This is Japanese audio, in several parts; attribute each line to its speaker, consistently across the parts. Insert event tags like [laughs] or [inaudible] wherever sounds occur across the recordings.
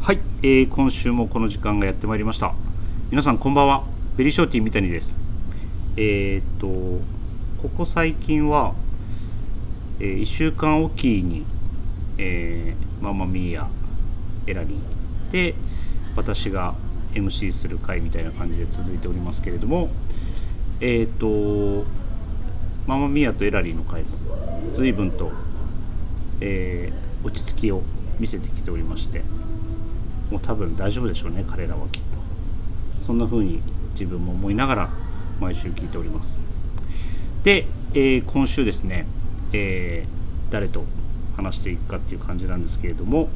Speaker 1: はい、えー今週もこの時間がやってまいりました皆さんこんばんはベリーショーティー三谷ですえーっとここ最近は、え1週間おきに、えーママミーやエラリンで私が MC する回みたいな感じで続いておりますけれどもえーっとママミーアとエラリンの回も随分と、えー落ち着きを見せてきておりましてもう多分大丈夫でしょうね彼らはきっとそんな風に自分も思いながら毎週聞いておりますで、えー今週ですね、えー誰と話していくかっていう感じなんですけれども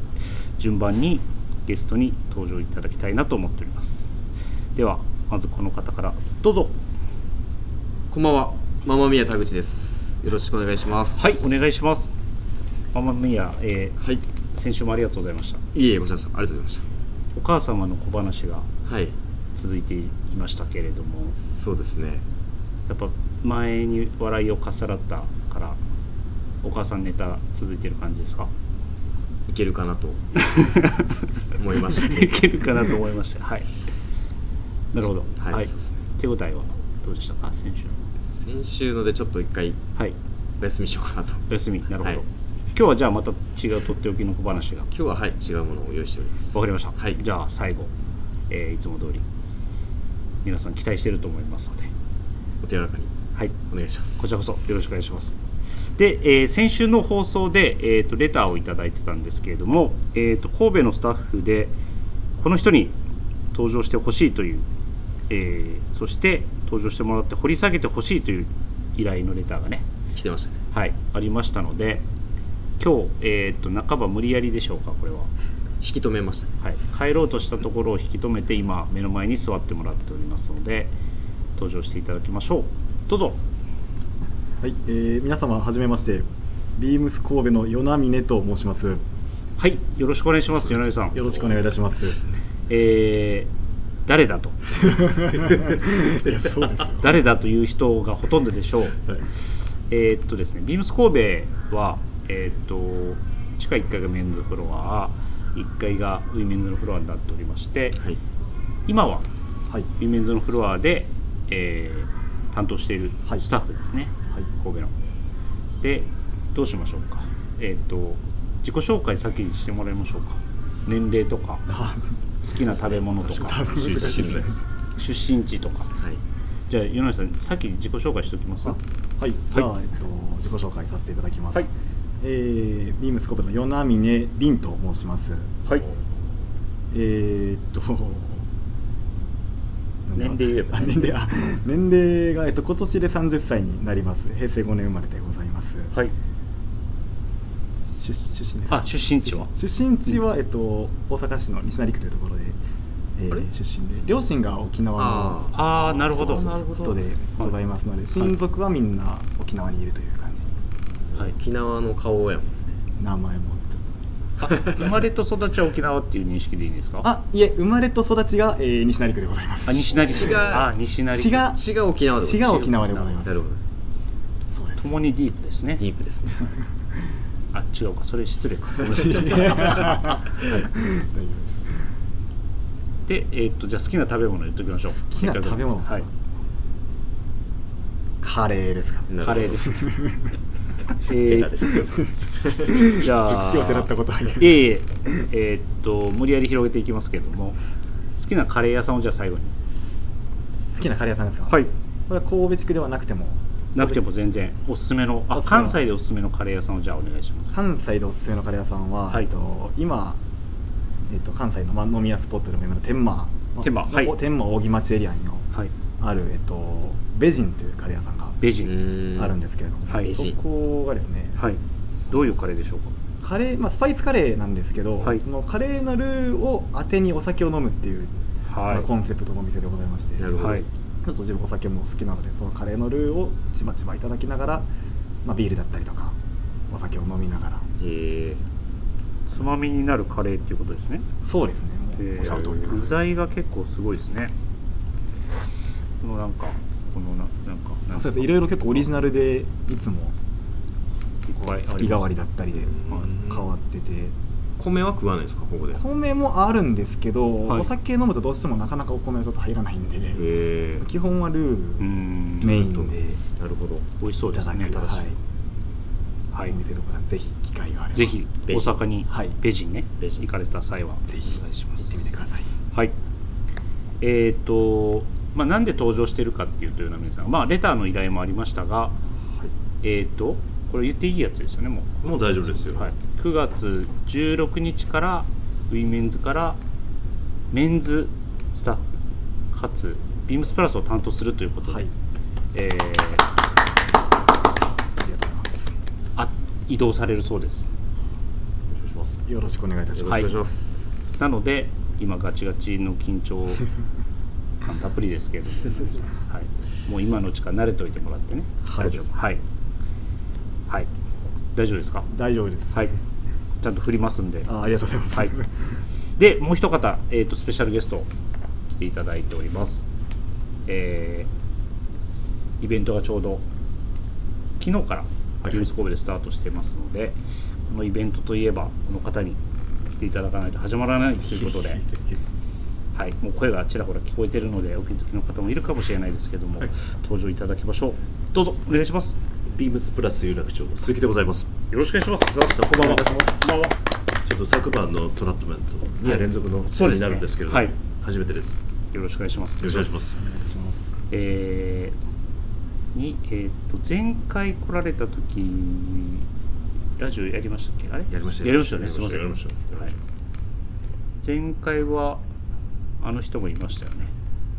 Speaker 1: 順番にゲストに登場いただきたいなと思っておりますではまずこの方からどうぞ
Speaker 2: こんばんは、ママミヤ田口です。よろしくお願いします。
Speaker 1: はいお願いしますママミヤ、えー
Speaker 2: はい。い
Speaker 1: 先週もありがとうございました
Speaker 2: えいえ、ごちそうさまありがとうございまし
Speaker 1: お母様の小話が
Speaker 2: た。はい。
Speaker 1: 続いていましたけれども
Speaker 2: そうですね。
Speaker 1: やっぱ前に笑いをかっさらったからお母さんネタ続いてる感じで
Speaker 2: [laughs]
Speaker 1: すか
Speaker 2: いけるかな
Speaker 1: [laughs]
Speaker 2: と思いまし
Speaker 1: い
Speaker 2: て。
Speaker 1: けるかなと思いましたはいなるほど
Speaker 2: はいそうですね
Speaker 1: 手応えはどうでしたか先週
Speaker 2: 先週のでちょっと一回
Speaker 1: はい
Speaker 2: お休みしようかなと。
Speaker 1: お休みなるほど、
Speaker 2: はい
Speaker 1: 今日はじゃあまた違うとっておきの小話が
Speaker 2: 今日ははい、違うものを用意しております。
Speaker 1: わかりました、
Speaker 2: はい
Speaker 1: じゃあ最後、えーいつも通り皆さん期待してると思いますので
Speaker 2: お手柔らかに
Speaker 1: はい
Speaker 2: お願いします。
Speaker 1: こちらこそよろしくお願いします。で、えー先週の放送で、えー、とレターをいただいてたんですけれども、えー、と神戸のスタッフでこの人に登場してほしいという、えーそして登場してもらって掘り下げてほしいという依頼のレターがね、
Speaker 2: 来てましたね。
Speaker 1: はい、ありましたので今日、えー、と半ば無理やりでしょうかこれは、
Speaker 2: 引き止めましたね。
Speaker 1: はい、帰ろうとしたところを引き止めて今目の前に座ってもらっておりますので登場していただきましょうどうぞ
Speaker 3: はい、えー、皆様はじめまして。ビームス神戸の与那峰と申します。よ
Speaker 1: はいよろしくお願いします柳井さん
Speaker 3: ろしくお願いいたします。
Speaker 1: えー誰だと
Speaker 3: いや、 [laughs] そうですよ。
Speaker 1: 誰だという人がほとんどでしょう、
Speaker 3: はい、
Speaker 1: えーっとですねビームス神戸はえーっと地下1階がメンズフロア1階がウィメンズのフロアになっておりまして
Speaker 2: はい。
Speaker 1: 今は
Speaker 3: はい、
Speaker 1: ウィメンズのフロアで、えー担当している
Speaker 3: はい
Speaker 1: スタッフですね、
Speaker 3: はい
Speaker 1: 神戸のでどうしましょうかえーっと自己紹介先にしてもらいましょうか年齢とか
Speaker 3: あ、
Speaker 1: 好きな食べ物とか
Speaker 3: 難しいですね。
Speaker 1: 出身地とか
Speaker 2: はい。
Speaker 1: じゃあ、米さん、さっき自己紹介しておきます。
Speaker 3: はい、じゃあ、えっと、自己紹介させていただきます。はい、えー、ビームス神戸の与那峰凛と申します。
Speaker 1: はい。
Speaker 3: えー、っと。
Speaker 1: 年齢言えば
Speaker 3: あ年齢あ年齢が、えっと、今年で30歳になります平成5年生まれでございます、
Speaker 1: はい。
Speaker 3: 出出身です
Speaker 1: あ、出身地は。
Speaker 3: 出身地は、えっと、大阪市の西成区というところで、えー
Speaker 2: あれ
Speaker 3: 出身で両親が沖縄
Speaker 2: あ
Speaker 1: ああ、なるほど。
Speaker 2: そうな
Speaker 1: は
Speaker 2: る
Speaker 3: の
Speaker 2: ほど
Speaker 3: 人でございますので、親族はみんな沖縄にいるという感じ
Speaker 1: い。
Speaker 2: 沖縄の顔やもんね。
Speaker 3: 名前もちょっと
Speaker 1: あ生まれと育ちは沖縄っていう認識でいいんですか。
Speaker 3: あいえ生まれと育ちが、えー西成区でございます
Speaker 1: あ、西成
Speaker 2: 市
Speaker 1: 区。
Speaker 2: が
Speaker 1: あ、西成区。
Speaker 3: 市が
Speaker 2: 血が沖縄で
Speaker 3: 市が沖縄でございます
Speaker 2: なるほど。
Speaker 3: そうです
Speaker 1: ともにディープですね
Speaker 2: デ。ィープですね。
Speaker 1: あ、違うか、それ失礼か。ごめんなさい
Speaker 3: [laughs] 大丈夫です
Speaker 1: で、えーっと、じゃ、あ好きな食べ物言っときましょう。
Speaker 3: 好きな食べ物ですか
Speaker 1: はい。
Speaker 3: カレーですか
Speaker 1: カレーです。え
Speaker 2: ベタ
Speaker 1: ー
Speaker 2: ですね。
Speaker 1: [laughs]
Speaker 3: [laughs]
Speaker 1: じゃあ
Speaker 3: ちょっと気をてらったことはい
Speaker 1: えいええーっと無理やり広げていきますけれども好きなカレー屋さんをじゃあ最後に
Speaker 3: 好きなカレー屋さんですか
Speaker 1: はい
Speaker 3: これは神戸地区ではなくても
Speaker 1: なくても全然おすすめのあ
Speaker 3: おすすめの
Speaker 1: 関西でおすすめのカレー屋さんをじゃあお願いします
Speaker 3: 関西でおすすめのカレー屋さんは、
Speaker 1: はい
Speaker 3: えっと、今、えっと、関西の、ま、飲み屋スポットでも今の天満
Speaker 1: 天満はい
Speaker 3: お天満扇町エリアにの
Speaker 1: はい
Speaker 3: ある、えっと、ベジンというカレー屋さんが
Speaker 1: ベ
Speaker 2: う
Speaker 1: ジ
Speaker 2: ー
Speaker 3: あるんですけれども、
Speaker 1: はいベ
Speaker 3: そ
Speaker 2: ジン
Speaker 3: こがですね
Speaker 1: はいどういうカレーでしょうか
Speaker 3: カレー、まあ、スパイスカレーなんですけど、
Speaker 1: はい
Speaker 3: そのカレーのルーを当てにお酒を飲むっていう、まあコンセプトのお店でございましてち
Speaker 2: な
Speaker 3: ょ
Speaker 2: るほ
Speaker 3: っ
Speaker 2: ど
Speaker 1: はい
Speaker 3: と自分お酒も好きなのでそのカレーのルーをちまちまいただきながら、まあ、ビールだったりとかお酒を飲みながら
Speaker 2: へえ。
Speaker 1: つまみになるカレーっていうことですね
Speaker 3: そうですね
Speaker 1: えー
Speaker 3: もうおっしゃる通りでございます
Speaker 1: 具材が結構すごいですねこのなんかこのななんかなんか
Speaker 3: そうですいろいろ結構オリジナルでいつも
Speaker 1: いっぱいあります
Speaker 3: 月替わりだったりで
Speaker 1: はい
Speaker 3: 変わってて
Speaker 2: 米は食わないんですかここでへ
Speaker 3: 米もあるんですけど、
Speaker 1: はい
Speaker 3: お酒飲むとどうしてもなかなかお米はちょっと入らないんで、
Speaker 2: え
Speaker 3: 基本はルー
Speaker 1: うー
Speaker 3: ル
Speaker 1: ん
Speaker 3: メインで
Speaker 2: なるほど
Speaker 1: 美味しそう
Speaker 3: い
Speaker 1: で
Speaker 3: た
Speaker 1: す
Speaker 3: だ
Speaker 1: ね
Speaker 3: く、はい
Speaker 1: はい
Speaker 3: お店とかぜひ機会があれば
Speaker 1: ぜひ大
Speaker 2: ベジ
Speaker 1: 阪に
Speaker 3: はい
Speaker 1: ベジンね
Speaker 2: ベジ
Speaker 1: 行かれた際は
Speaker 3: ぜひ
Speaker 1: お願いしま
Speaker 3: 行っ
Speaker 1: す
Speaker 3: てみてください
Speaker 1: はいえっ、とまあなんで登場してるかっていうというのは皆さんまあレターの依頼もありましたがえっ、とこれ言っていいやつですよねも
Speaker 4: もう大丈夫ですよ、
Speaker 1: う、はい、9月16日からウィメンズからメンズスタッフかつビームスプラスを担当するということで、
Speaker 3: はい
Speaker 1: えー
Speaker 3: ありがとうございます
Speaker 1: あ移動されるそうです
Speaker 4: お願いします
Speaker 3: よろしくお願いいたし
Speaker 2: よ
Speaker 3: ます、
Speaker 2: ろしくお願いします、
Speaker 1: なので今ガチガチの緊
Speaker 3: [laughs]
Speaker 1: 張感たっぷりですけれども、はい、もう今のうちから慣れておいてもらってね
Speaker 3: はい
Speaker 1: 大丈夫はい、はい、大丈夫ですか
Speaker 3: 大丈夫です、
Speaker 1: はいちゃんと振りますんで
Speaker 3: あありがとうございます、
Speaker 1: はいでもう一方、えー、とスペシャルゲスト来ていただいておりますえーイベントがちょうど昨日からビームス神戸でスタートしてますので、そのイベントといえばこの方に来ていただかないと始まらないという [laughs] ことで、はい、もう声がちらほら聞こえてるのでお気づきの方もいるかもしれないですけども、登場いただきましょうどうぞお願いします
Speaker 4: ビームスプラス有楽町の鈴木でございます
Speaker 1: よろしくお願いしますこんばんはこんばんは
Speaker 4: ちょっと昨晩のトラットメントには連続の
Speaker 1: そうですね
Speaker 4: になるんですけれども、
Speaker 1: はい
Speaker 4: 初めてですよ
Speaker 1: よろしくお願いします
Speaker 4: ろしくお願いします
Speaker 3: お願いします
Speaker 1: えーに、えー、と前回来られた時ラジオやりましたっけあれ
Speaker 4: やりました
Speaker 1: やりましたよねすいません
Speaker 4: やりましたやりました
Speaker 1: 前回はあの人もいましたよね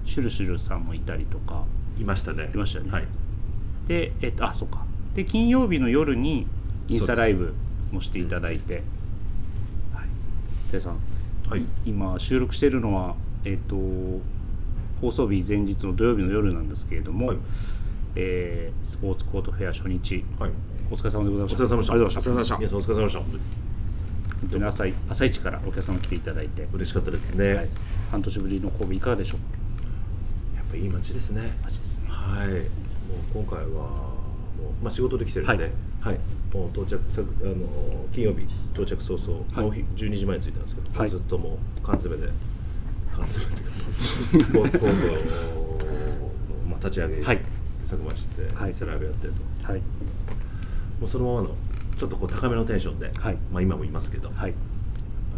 Speaker 1: シュルシュルさんもいたりとか
Speaker 4: いましたね
Speaker 1: いましたよね
Speaker 4: はい
Speaker 1: でえっ、とあそうかで金曜日の夜にインスタライブもしていただいてはいでさん
Speaker 4: はい
Speaker 1: 今収録しているのは、えっと放送日前日の土曜日の夜なんですけれども、
Speaker 4: はい
Speaker 1: えースポーツコートフェア初日、
Speaker 4: はい
Speaker 1: お疲れ様でございま
Speaker 4: お
Speaker 1: し
Speaker 4: 疲
Speaker 1: た
Speaker 4: れ様でした
Speaker 1: ありがとうございました
Speaker 4: 皆さんお疲れ様でした本当に
Speaker 1: 本当に朝い朝一からお客様来ていただいて、
Speaker 4: 嬉しかったですね、
Speaker 1: はい半年ぶりの神戸いかがでしょうか
Speaker 4: やっぱいい街ですね
Speaker 1: マジですね
Speaker 4: はいもう今回はもう、まあ、仕事で来てるので、
Speaker 1: は
Speaker 4: はいいもう到着さあの金曜日到着早々、
Speaker 1: はい
Speaker 4: もうひ12時前に着いたんですけど、
Speaker 1: はい
Speaker 4: ずっともう缶詰で缶詰っていうかスポーツコートを、まあ、立ち上げ、
Speaker 1: はい
Speaker 4: 作間して、
Speaker 1: はい
Speaker 4: セラーブやってるとも
Speaker 1: はい、
Speaker 4: うそのままのちょっとこう高めのテンションで、
Speaker 1: はい
Speaker 4: まあ、今もいますけど、
Speaker 1: は
Speaker 4: や
Speaker 1: い
Speaker 4: っ、ぱ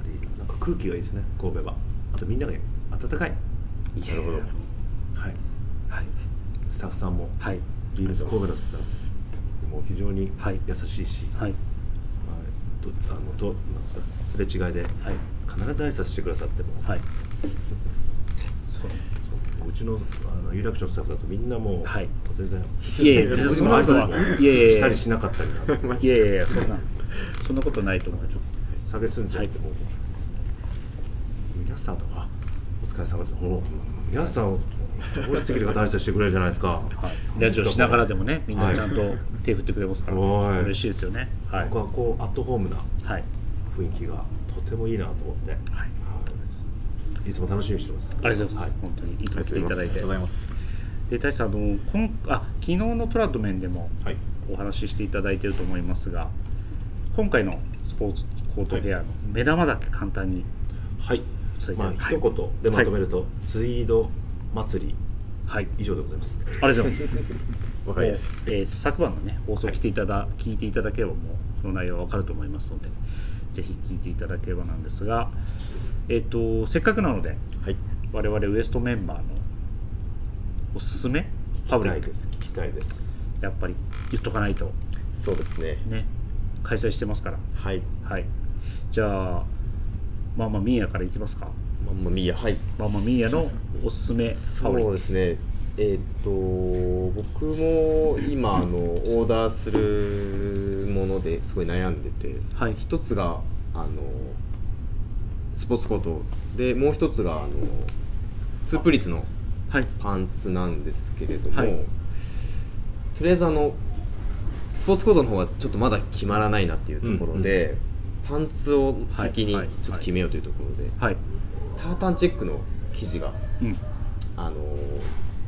Speaker 4: りなんか空気がいいですね神戸はあとみんなが温かい、
Speaker 1: なるほど
Speaker 4: はい、
Speaker 1: はい
Speaker 4: スタッフさんも、
Speaker 1: はい
Speaker 4: ビームス神戸のスタッフも非常に
Speaker 1: はい
Speaker 4: 優しいし、
Speaker 1: はい
Speaker 4: まあ、とあのとなんですかすれ違いで
Speaker 1: はい
Speaker 4: 必ず挨拶してくださっても、
Speaker 1: はいそう
Speaker 4: そううちのあの有楽町のスタッフだとみんなもう、
Speaker 1: はい
Speaker 4: 全然
Speaker 1: いえいえ
Speaker 4: 僕
Speaker 1: 全然
Speaker 4: に
Speaker 1: そん
Speaker 4: も
Speaker 1: な
Speaker 4: 挨
Speaker 1: ことは
Speaker 4: 拶も
Speaker 1: いえいえ
Speaker 4: したりしなかったりなんて
Speaker 1: いやいやいやそんなそんなことないと思うちょっと
Speaker 4: 下げすんじゃってもう、皆さんとかお疲れ様ですお皆さんおりすぎる方挨拶してくれるじゃないですか、
Speaker 1: ラジオしながらでもね、みんなちゃんと手振ってくれますから、
Speaker 4: はい
Speaker 1: 嬉しいですよね。はい。
Speaker 4: 僕
Speaker 1: は。
Speaker 4: はこうアットホームない雰囲気がとてもいいなと思って、
Speaker 1: はい。
Speaker 4: い、つも楽しみにしてます
Speaker 1: ありがとうございます。
Speaker 4: は
Speaker 1: 本当にいつも来ていただい
Speaker 3: あり
Speaker 1: て
Speaker 3: がとう。ございます
Speaker 1: で、大地さん、あの、こん、あ、昨日のトラッド面でも
Speaker 4: はい
Speaker 1: お話ししていただいていると思いますが。今回のスポーツコートフェアの目玉だけ簡単に。
Speaker 4: はい
Speaker 1: 続い、て
Speaker 4: まあ、
Speaker 1: はい
Speaker 4: 一言でまとめると、ツイード祭り
Speaker 1: はい。
Speaker 4: 以上でございます。
Speaker 1: ありがとうございます。
Speaker 4: わ
Speaker 1: もうえー、と昨晩のね放送来ていただ、聞いていただければもうこの内容はわかると思いますのでぜひ聞いていただければなんですが、えー、とせっかくなので
Speaker 4: はい、
Speaker 1: 我々ウエストメンバーのおすすめパ
Speaker 4: 聞き
Speaker 1: ブリ
Speaker 4: た
Speaker 1: ッ
Speaker 4: い
Speaker 1: ク
Speaker 4: です。聞きたいです。
Speaker 1: やっぱり言っとかないと
Speaker 5: そうですね。
Speaker 1: ね開催してますから
Speaker 5: はい。
Speaker 1: はいじゃあまあまあミーヤからいきますか
Speaker 5: マンマミーヤ。はい。
Speaker 1: まあまあミーヤのおすすめパブリ
Speaker 5: そ
Speaker 1: ッ
Speaker 5: う
Speaker 1: ク
Speaker 5: ですね。えーっと僕も今あのオーダーするものですごい悩んでて、
Speaker 1: はい
Speaker 5: 一つがあのスポーツコートでもう一つがあのツープリッツの
Speaker 1: はい
Speaker 5: パンツなんですけれども、
Speaker 1: はい
Speaker 5: とりあえずあのスポーツコートの方はちょっとまだ決まらないなっていうところで、パンツを先に
Speaker 1: はいはい
Speaker 5: ちょっと決めようというところで、
Speaker 1: はい
Speaker 5: タータンチェックの生地が、
Speaker 1: うん
Speaker 5: あのー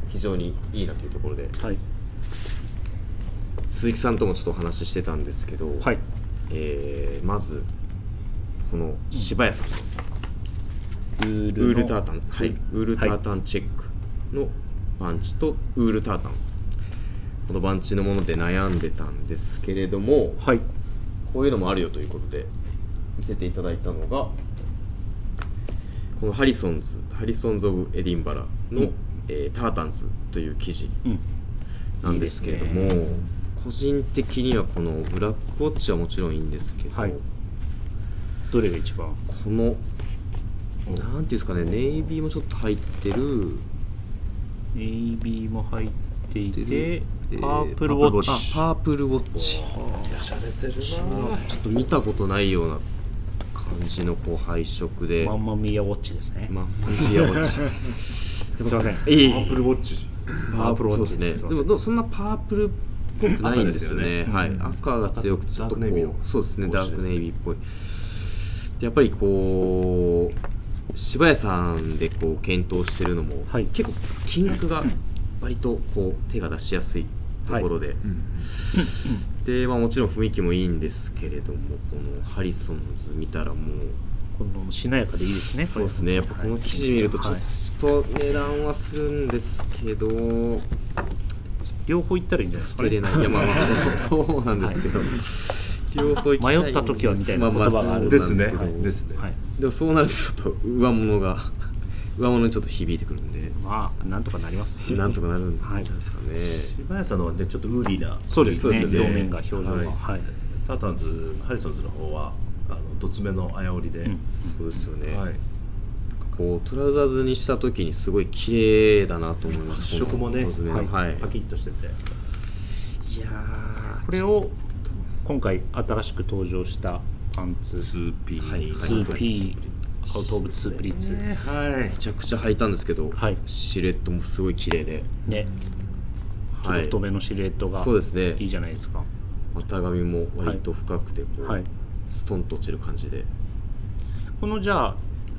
Speaker 5: 非常にいいなというところで
Speaker 1: はい
Speaker 5: 鈴木さんともちょっとお話ししてたんですけど、
Speaker 1: はい
Speaker 5: えーまずこの柴谷さんの
Speaker 1: ウー
Speaker 5: ウー
Speaker 1: ル
Speaker 5: ル
Speaker 1: の
Speaker 5: タータン、はい、ウールタータンチェックのパンチとウールタータンこのパンチのもので悩んでたんですけれども
Speaker 1: はい
Speaker 5: こういうのもあるよということで見せていただいたのがこのハリソンズハリソンズ・オブ・エディンバラの、えータータンズという記事
Speaker 1: うん
Speaker 5: なんですけれども
Speaker 1: いいです
Speaker 5: 個人的にはこのブラックウォッチはもちろんいいんですけど、
Speaker 1: はいどれが一番
Speaker 5: このなんていうんですかねネイビーもちょっと入ってる
Speaker 1: ネイビーも入ってい
Speaker 5: で
Speaker 1: て
Speaker 5: えー
Speaker 1: パープルウォッチ
Speaker 5: あパープルウォッチ
Speaker 4: やしゃれてるな
Speaker 5: ちょっと見たことないような感じのこう配色で
Speaker 1: マンマミーアウォッチですね
Speaker 5: マンマミアウォッチ
Speaker 1: すいません
Speaker 5: い
Speaker 1: [laughs]
Speaker 5: い
Speaker 4: アップルウォッチ
Speaker 1: パープルウォッ
Speaker 5: そ
Speaker 1: チ
Speaker 5: うですす
Speaker 1: いま
Speaker 5: ね
Speaker 1: せ
Speaker 5: で
Speaker 1: ん
Speaker 5: もどうそんなパープルっぽくないんですよね
Speaker 4: 赤ですよね
Speaker 5: はい、
Speaker 4: うん
Speaker 5: 赤が強くてちょっとこ
Speaker 4: ダークネイビー
Speaker 5: う
Speaker 4: の
Speaker 5: そうですね
Speaker 4: 帽
Speaker 5: ダ
Speaker 4: 子です
Speaker 5: ー
Speaker 4: ね
Speaker 5: クネイビーっぽいでやっぱりこう柴谷さんでこう検討してるのも、
Speaker 1: はい
Speaker 5: 結構金額が割とこう手が出しやすいところで、で、まあ、もちろん雰囲気もいいんですけれどもこのハリソンズ見たらもう
Speaker 1: このしなやかでいいですね
Speaker 5: そうですねやっぱこの記事見るとちょ
Speaker 1: はい
Speaker 5: っと値段はするんですけど、
Speaker 1: 両方行ったらいいんじゃないです
Speaker 5: 捨
Speaker 1: か
Speaker 5: てれ
Speaker 1: ね
Speaker 5: ない。いやまあまあそうそうなんですけど、両方行きたい
Speaker 1: 迷った時はみたいな言葉があるん
Speaker 4: で
Speaker 5: まあ
Speaker 4: す
Speaker 5: ま
Speaker 4: ね
Speaker 5: あそうなん
Speaker 4: で
Speaker 5: です
Speaker 4: ね
Speaker 1: はい
Speaker 5: けどでもそうなるとちょっと上物が上物にちょっと響いてくるんで、
Speaker 1: まあなんとかなります
Speaker 5: なんとかなるんじゃ
Speaker 1: は
Speaker 5: ないいですかね。
Speaker 4: 柴谷さんのはねちょっとウーリーな
Speaker 1: そうですね
Speaker 5: そうですね
Speaker 1: 表面が表情が
Speaker 5: はい
Speaker 1: はい
Speaker 4: タータンズハリソンズの方はあのどつめの綾織で、
Speaker 1: ん
Speaker 5: そうですよね。
Speaker 4: はい、
Speaker 5: こうトラウザーズにした時にすごい綺麗だなと思います。
Speaker 4: 発色も
Speaker 5: この
Speaker 4: ね
Speaker 5: ロズメ
Speaker 1: は
Speaker 5: の
Speaker 1: い
Speaker 5: はい。
Speaker 4: パキッとしてて
Speaker 5: いやー
Speaker 1: これを今回新しく登場したパンツ
Speaker 4: 2P
Speaker 5: はいはい
Speaker 1: 2P アウト・オブ・ツー・プリーツ
Speaker 4: は
Speaker 5: め
Speaker 4: い
Speaker 5: ちゃくちゃ履いたんですけど、
Speaker 1: はい
Speaker 5: シルエットもすごい綺麗で、
Speaker 1: ねちょっと太めのシルエットが
Speaker 5: そうですね
Speaker 1: いいじゃないですか
Speaker 5: 股上も割と深くてこう、
Speaker 1: はい
Speaker 5: ストンと落ちる感じで。
Speaker 1: このじゃあ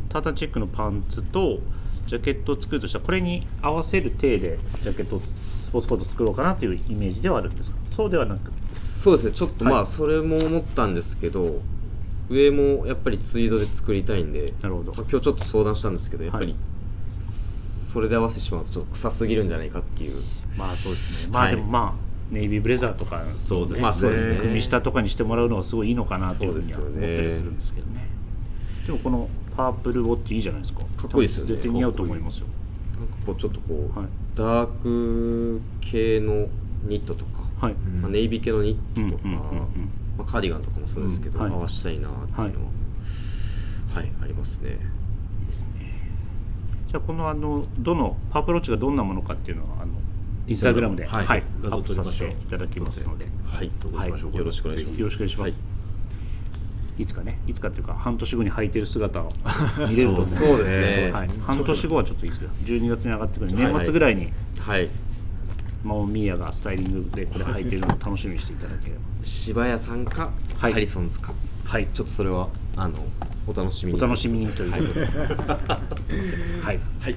Speaker 1: タータンチェックのパンツとジャケットを作るとしたらこれに合わせる体でジャケットをスポーツコートを作ろうかなというイメージではあるんですかそうではなく
Speaker 5: そうですねちょっと
Speaker 1: はい
Speaker 5: まあそれも思ったんですけど、上もやっぱりツイードで作りたいんで
Speaker 1: なるほど
Speaker 5: まあ今日ちょっと相談したんですけどやっぱり、
Speaker 1: はい
Speaker 5: それで合わせてしまうとちょっと臭すぎるんじゃないかっていう
Speaker 1: まあそうですねまあ
Speaker 5: はい
Speaker 1: でもまあネイビーブレザーとか
Speaker 4: そうですね,、
Speaker 5: まあそうですね
Speaker 1: 組み下とかにしてもらうのがすごいいいのかなというふうには
Speaker 5: そう
Speaker 1: 思っ
Speaker 5: ですよね
Speaker 1: たりするんですけどねでもこのパープルウォッチいいじゃないですかか
Speaker 5: っこいいですよね
Speaker 1: 絶対似合うと思いますよ
Speaker 5: なんかこうちょっとこう、
Speaker 1: はい
Speaker 5: ダーク系のニットとか、
Speaker 1: はい
Speaker 5: まあ、ネイビー系のニットとか、
Speaker 1: うんうんうんうん
Speaker 5: まあ、カーディガンとかもそうですけど、
Speaker 1: うんはい
Speaker 5: 合わせたいなっていうのははい、ありますね
Speaker 1: いいですねじゃあこのあのどのパープルウォッチがどんなものかっていうのはあのインスタグラムで、
Speaker 4: はい
Speaker 1: はいア
Speaker 4: 画像
Speaker 1: ップ
Speaker 4: 撮り
Speaker 1: さ
Speaker 4: まし
Speaker 1: せ
Speaker 4: ょう
Speaker 1: ていただきますので
Speaker 5: はい
Speaker 4: どうしましょうか
Speaker 5: よろしくお願いします
Speaker 1: よろしくお願いします、い、つかねいつかっていうか半年後に履いてる姿を見れると思うん
Speaker 5: そうですね
Speaker 1: はい、半年後はちょっといいですけど12月に上がってくる
Speaker 5: はい
Speaker 1: 年末ぐらいに、
Speaker 5: はい
Speaker 1: マオミーヤがスタイリングでこれ履いてるのを楽しみにしていただければ
Speaker 5: 柴谷さんか、
Speaker 1: はい
Speaker 5: ハリソンズか
Speaker 1: はい
Speaker 5: ちょっとそれはあのお楽しみ
Speaker 1: お
Speaker 5: に
Speaker 1: 楽しみにということで、はい
Speaker 5: はい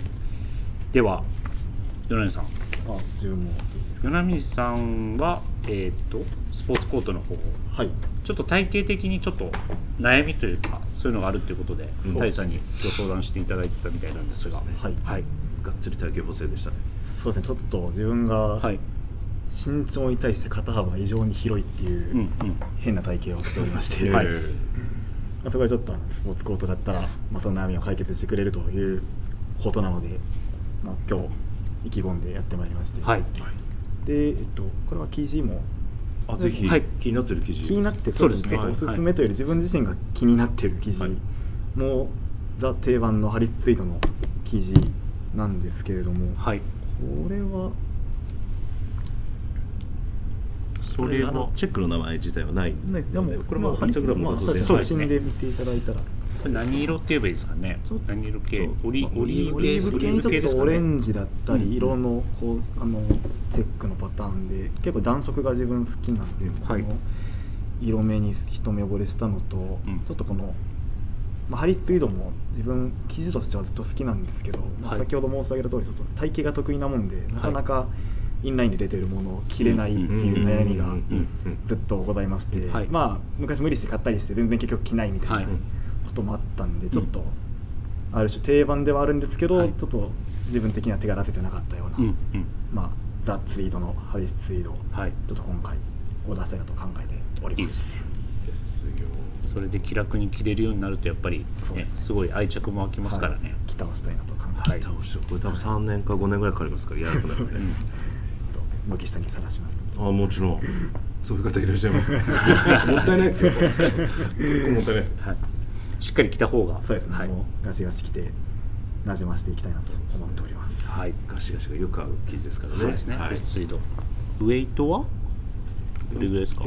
Speaker 1: では米波さん
Speaker 3: あ自分もいいですか
Speaker 1: 米波さんは、えー、とスポーツコートの方を
Speaker 3: はい
Speaker 1: ちょっと体系的にちょっと悩みというかそういうのがあるということで
Speaker 4: うん
Speaker 1: 大さんにご相談していただいてたみたいなんですが
Speaker 4: そうです
Speaker 3: ね
Speaker 1: はい
Speaker 4: がっつり体型補正でしたね
Speaker 3: そうですねちょっと自分が
Speaker 1: はい
Speaker 3: 身長に対して肩幅が異常に広いっていう、
Speaker 1: うん
Speaker 3: 変な体型をしておりまして、
Speaker 1: うんはい
Speaker 3: まあ、そこはちょっとあのスポーツコートだったら、まあ、その悩みを解決してくれるということなので、まあ、今日意気込んでやってまいりまして、
Speaker 1: はい
Speaker 3: で、えっと、これは記事も
Speaker 4: あぜひ、
Speaker 1: はい
Speaker 4: 気になってる記事
Speaker 3: 気になって
Speaker 1: そう
Speaker 3: そ
Speaker 1: で
Speaker 3: うですす
Speaker 1: ね
Speaker 3: ねおすすめというより自分自身が気になっている記事
Speaker 4: はい
Speaker 3: も、ザ定番のハリスツイートの記事なんですけれども、
Speaker 1: はい
Speaker 3: これは
Speaker 1: そ
Speaker 4: こ
Speaker 1: れ
Speaker 4: れあ
Speaker 1: は
Speaker 4: のチェックの名前自体はない、
Speaker 3: ねでも
Speaker 4: これも
Speaker 3: まあ
Speaker 4: ハリソングラムの画像で、
Speaker 1: そう
Speaker 3: 写
Speaker 1: ですね
Speaker 3: 真で見ていただいたら、
Speaker 1: 何色って言えばいいですかね
Speaker 3: ちょっと
Speaker 1: 何色系
Speaker 4: そう
Speaker 1: オリ
Speaker 4: まあ
Speaker 1: オリー
Speaker 3: オ
Speaker 1: ブ
Speaker 3: リーブ系にちょっとオレ
Speaker 1: ジ
Speaker 3: ンジだった
Speaker 1: うん
Speaker 3: り色のこうあのチェックのパターンで結構暖色が自分好きなんで、
Speaker 1: はい
Speaker 3: この色目に一目惚れしたのと、
Speaker 1: ん
Speaker 3: ちょっとこの、まあ、ハリツイードも自分生地としてはずっと好きなんですけど、まあ
Speaker 1: はい
Speaker 3: 先ほど申し上げた通りちょっと体型が得意なもんでなかなかインラインで出てるものを着れないっていう悩みがずっとございまして、
Speaker 1: はい
Speaker 3: まあ昔無理して買ったりして全然結局着ないみたいな。
Speaker 1: はい
Speaker 3: ここともあったんでちょっと、ある種定番ではあるんですけど、
Speaker 1: はい
Speaker 3: ちょっと自分的には手が出せてなかったような、
Speaker 1: うんうん
Speaker 3: まあ、ザ・ツイードのハリスツイードを
Speaker 1: はい
Speaker 3: ちょっと今回を出したいなと考えております
Speaker 1: いいです
Speaker 4: ですよ
Speaker 1: それで気楽に着れるようになるとやっぱり、ねす
Speaker 3: そうですね
Speaker 1: ごい愛着も湧きますからね、
Speaker 3: はい、北をしたいなと考えて、
Speaker 1: はい
Speaker 4: 倒してこれ多分3年か5年ぐらいかかりますからやらなくなるんで
Speaker 3: ちょっと軒下に探します
Speaker 4: あもちろんそういう方いらっしゃいますね
Speaker 3: [laughs]
Speaker 4: もったいないですよ結構もったいないですよ
Speaker 1: しっかり着た方が
Speaker 3: そうですね、
Speaker 1: はい
Speaker 3: もうガシガシ来てなじましていきたいなと思っております
Speaker 1: はい
Speaker 4: ガシガシがよく合う生地ですからね
Speaker 1: そうですね、
Speaker 4: はい
Speaker 1: レスツイードウェイトはどれぐらいですか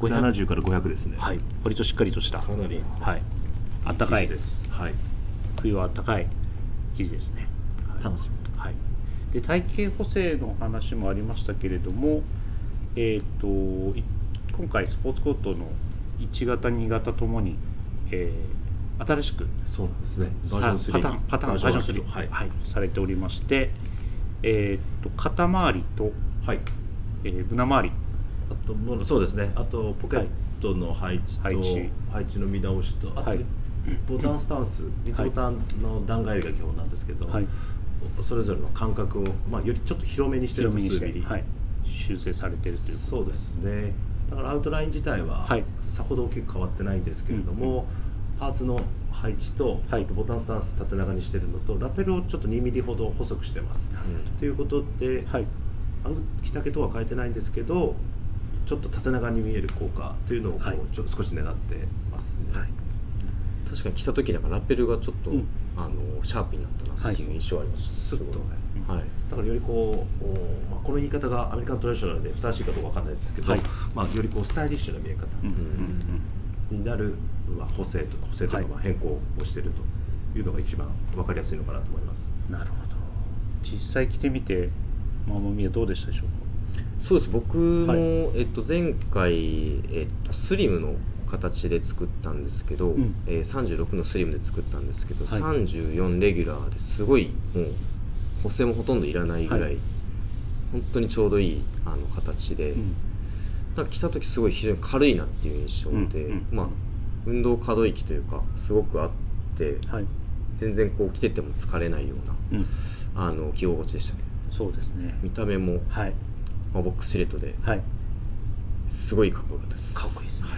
Speaker 4: 170から500ですね
Speaker 1: はい割としっかりとした
Speaker 4: かなり
Speaker 1: はいあったかい
Speaker 4: ですはい
Speaker 1: 冬はあったかい生地ですね、はい
Speaker 3: 楽しみ
Speaker 1: はい、で体型補正の話もありましたけれども、えー、とい今回スポーツコートの1型2型ともに、えー新しく
Speaker 4: そうなんですね
Speaker 1: さ
Speaker 4: 3
Speaker 1: パターンパターンバージョン3、
Speaker 4: はい
Speaker 1: はいされておりまして、えー、と肩周りと、
Speaker 4: はい
Speaker 1: えー胸周り
Speaker 4: あともうそうですねあとポケットの配置と、
Speaker 1: はい配
Speaker 4: 配
Speaker 1: 置
Speaker 4: 置の見直しとあと、
Speaker 1: はい
Speaker 4: ボタンスタンス三つボタンの段階が基本なんですけど、
Speaker 1: はい
Speaker 4: それぞれの間隔を、まあ、よりちょっと広めにしてる
Speaker 1: 広
Speaker 4: と
Speaker 1: めにし
Speaker 4: 数ミ
Speaker 1: て、
Speaker 4: リ、
Speaker 1: はい、修正されてるということ
Speaker 4: そうですねだからアウトライン自体は
Speaker 1: はい
Speaker 4: さほど大きく変わってないんですけれども、パーツの配置と、
Speaker 1: はい
Speaker 4: あとボタンスタンス縦長にしてるのとラペルをちょっと2ミリほど細くしてます。ということで、
Speaker 1: はい
Speaker 4: あの着丈とは変えてないんですけどちょっと縦長に見える効果というのをこう、
Speaker 1: はい
Speaker 4: ちょっと少し狙ってますね、
Speaker 1: はい
Speaker 5: 確かに着た時なんかラッペルがちょっと、
Speaker 1: うん
Speaker 5: あのシャープになったなっていう印象あります、
Speaker 4: スッとね
Speaker 5: ごいはい
Speaker 4: だからよりこう、おーまあ、この言い方がアメリカントラディショナルでふさわしいかどうかわかんないですけど、
Speaker 1: はい
Speaker 4: まあ、よりこうスタイリッシュな見え方
Speaker 1: うんうん
Speaker 4: になる、まあ、補正と補正という
Speaker 1: はい
Speaker 4: かまあ変更をしてるというのが一番わかりやすいのかなと思います。
Speaker 1: うんなるほど実際着てみてママミヤどうでしたでしょうか
Speaker 5: そうです僕も、
Speaker 1: はい
Speaker 5: えっと、前回、えっと、スリムの形で作ったんですけど、
Speaker 1: うん
Speaker 5: えー36のスリムで作ったんですけど、
Speaker 1: はい
Speaker 5: 34レギュラーですごいもう補正もほとんどいらないぐらい、
Speaker 1: はい
Speaker 5: 本当にちょうどいいあの形で、
Speaker 1: うん
Speaker 5: なんか着た時すごい非常に軽いなっていう印象で、
Speaker 1: うんうん
Speaker 5: まあ、運動可動域というかすごくあって、
Speaker 1: はい、
Speaker 5: 全然こう着てても疲れないような
Speaker 1: うん、
Speaker 5: あの着心地でしたね
Speaker 1: そうですね
Speaker 5: 見た目も、
Speaker 1: はい
Speaker 5: まあ、ボックスシルエットで
Speaker 1: はい
Speaker 5: すごいかっこよかったです
Speaker 1: かっこいいですね、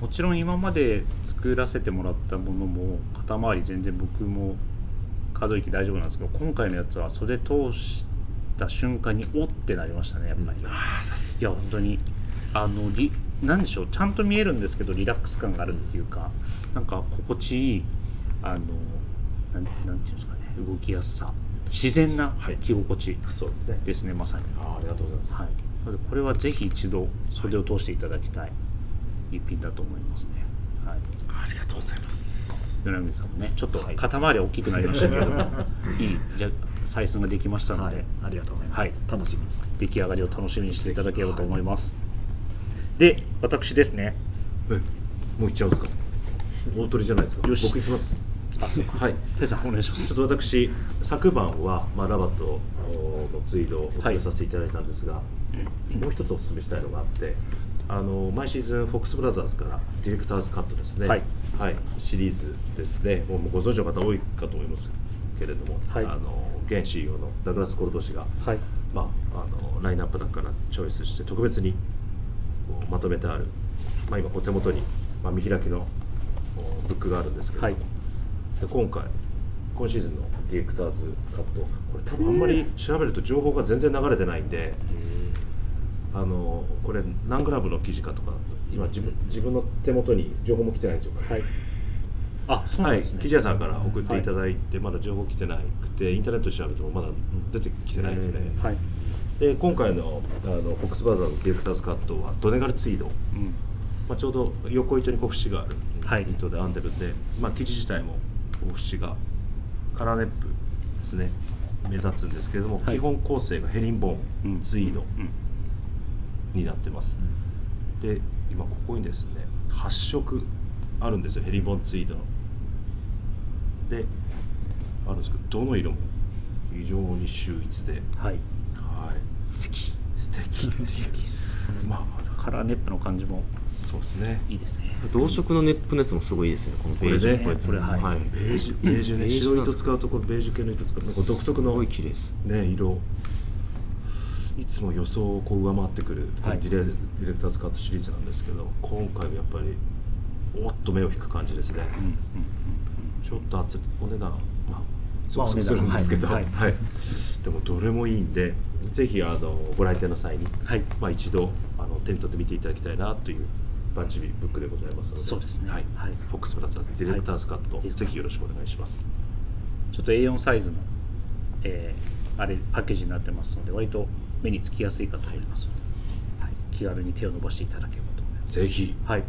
Speaker 1: もちろん今まで作らせてもらったものも肩周り全然僕も可動域大丈夫なんですけど今回のやつは袖通した瞬間におってなりましたねやっぱり、いや本当にあのリなんでしょうちゃんと見えるんですけどリラックス感があるっていうか、なんか心地いいあのなんなんていうんですかね動きやすさ自然な着心地
Speaker 4: そうですね
Speaker 1: ですね、まさに
Speaker 4: あーありがとうございます、
Speaker 1: はい、なのでこれはぜひ一度袖を通していただきたい一品だと思いますね。はい、
Speaker 4: ありがとうございます。
Speaker 1: 米海さんもねちょっと肩周りは大きくなりましたけれども、 [laughs] い、いじゃ採寸ができましたの
Speaker 3: は
Speaker 1: で、
Speaker 3: い、ありがとうございます、
Speaker 1: はい
Speaker 3: 楽しみに
Speaker 1: 出来上がりを楽しみにしていただければと思います。で私ですね
Speaker 4: えもう行っちゃうんですか
Speaker 1: [laughs]
Speaker 4: 大鳥じゃないですか
Speaker 1: よし
Speaker 4: 僕行
Speaker 1: [laughs]
Speaker 4: きます。はい
Speaker 1: テイさんお願いしま
Speaker 4: ちょっ
Speaker 1: す。
Speaker 4: と私昨晩は、まあ、ラバットのツイードをお勧めさせていただいたんですが、もう一つお勧めしたいのがあってあの毎シーズンフォックスブラザーズからディレクターズカットですね、
Speaker 1: はい
Speaker 4: はいシリーズですねもうもうご存知の方多いかと思いますけれども、
Speaker 1: はい
Speaker 4: あの現 CEO のダグラス・コルド氏が、
Speaker 1: はい
Speaker 4: まあ、あのラインナップだからチョイスして特別にこうまとめてある、まあ、今お手元に、まあ、見開きのこうブックがあるんですけれど
Speaker 1: は
Speaker 4: も、
Speaker 1: い
Speaker 4: で今回今シーズンのディレクターズカットこれ多分あんまり調べると情報が全然流れてないんで、あのこれ何グラムの記事かとか今自分自分の手元に情報も来てないんですよ。
Speaker 1: はい。あそうな
Speaker 4: は
Speaker 1: ん
Speaker 4: い、
Speaker 1: ですね。
Speaker 4: 記事屋さんから送っていただいて、まだ情報来てなくてインターネットで調べてもまだ出てきてないですね、
Speaker 1: はい。
Speaker 4: で今回のあのフォックスバザーのディレクターズカットはドネガルツイード、
Speaker 1: うん
Speaker 4: まあ、ちょうど横糸にこう節がある、
Speaker 1: はい
Speaker 4: 糸で編んでるんで、まあ、生地自体もこう節がカラーネップですね目立つんですけれども、
Speaker 1: はい
Speaker 4: 基本構成がヘリンボー
Speaker 1: うん
Speaker 4: ンツイード
Speaker 1: うん
Speaker 4: になってます、で今ここにですね8色あるんですよヘリンボーンツイードのであるんですけどどの色も非常に秀逸で
Speaker 1: はい。
Speaker 4: はい素敵素敵ですまあ
Speaker 1: カラーネップの感じも
Speaker 4: そうですね
Speaker 1: いいですね
Speaker 5: 同色のネップのやつもすごいいいですねこのベージュっぽいやつ
Speaker 1: これねこれはい
Speaker 5: い、
Speaker 4: ベージュベージュね
Speaker 5: ベージュ
Speaker 4: 白
Speaker 5: なん
Speaker 4: 糸
Speaker 5: ですか
Speaker 4: 使うところベージュ系の糸使うなんか独特
Speaker 5: すご
Speaker 4: の
Speaker 5: い綺麗です
Speaker 4: ね色いつも予想をこう上回ってくるこ
Speaker 1: は
Speaker 4: の
Speaker 1: い
Speaker 4: ディレ、ディレクターズカットシリーズなんですけど今回もやっぱりおっと目を引く感じですね、ちょっと厚いお値段まあそ
Speaker 3: まあ
Speaker 4: うそうするんですけど、
Speaker 3: お
Speaker 4: は
Speaker 3: 値
Speaker 4: い
Speaker 3: 段
Speaker 4: でもどれもいいんでぜひあのご来店の際に、
Speaker 1: はい
Speaker 4: まあ、一度あの手に取って見ていただきたいなというバンチビブックでございますので
Speaker 1: そうですね
Speaker 4: はい
Speaker 1: はい
Speaker 4: フォックスブラザーズディレクターズカット、
Speaker 1: はい
Speaker 4: ぜひよろしくお願いします
Speaker 1: ちょっと A4 サイズの、えーあれパッケージになってますので割と目につきやすいかと思いますので、はい気軽に手を伸ばしていただければと思います
Speaker 4: ぜひ
Speaker 1: はい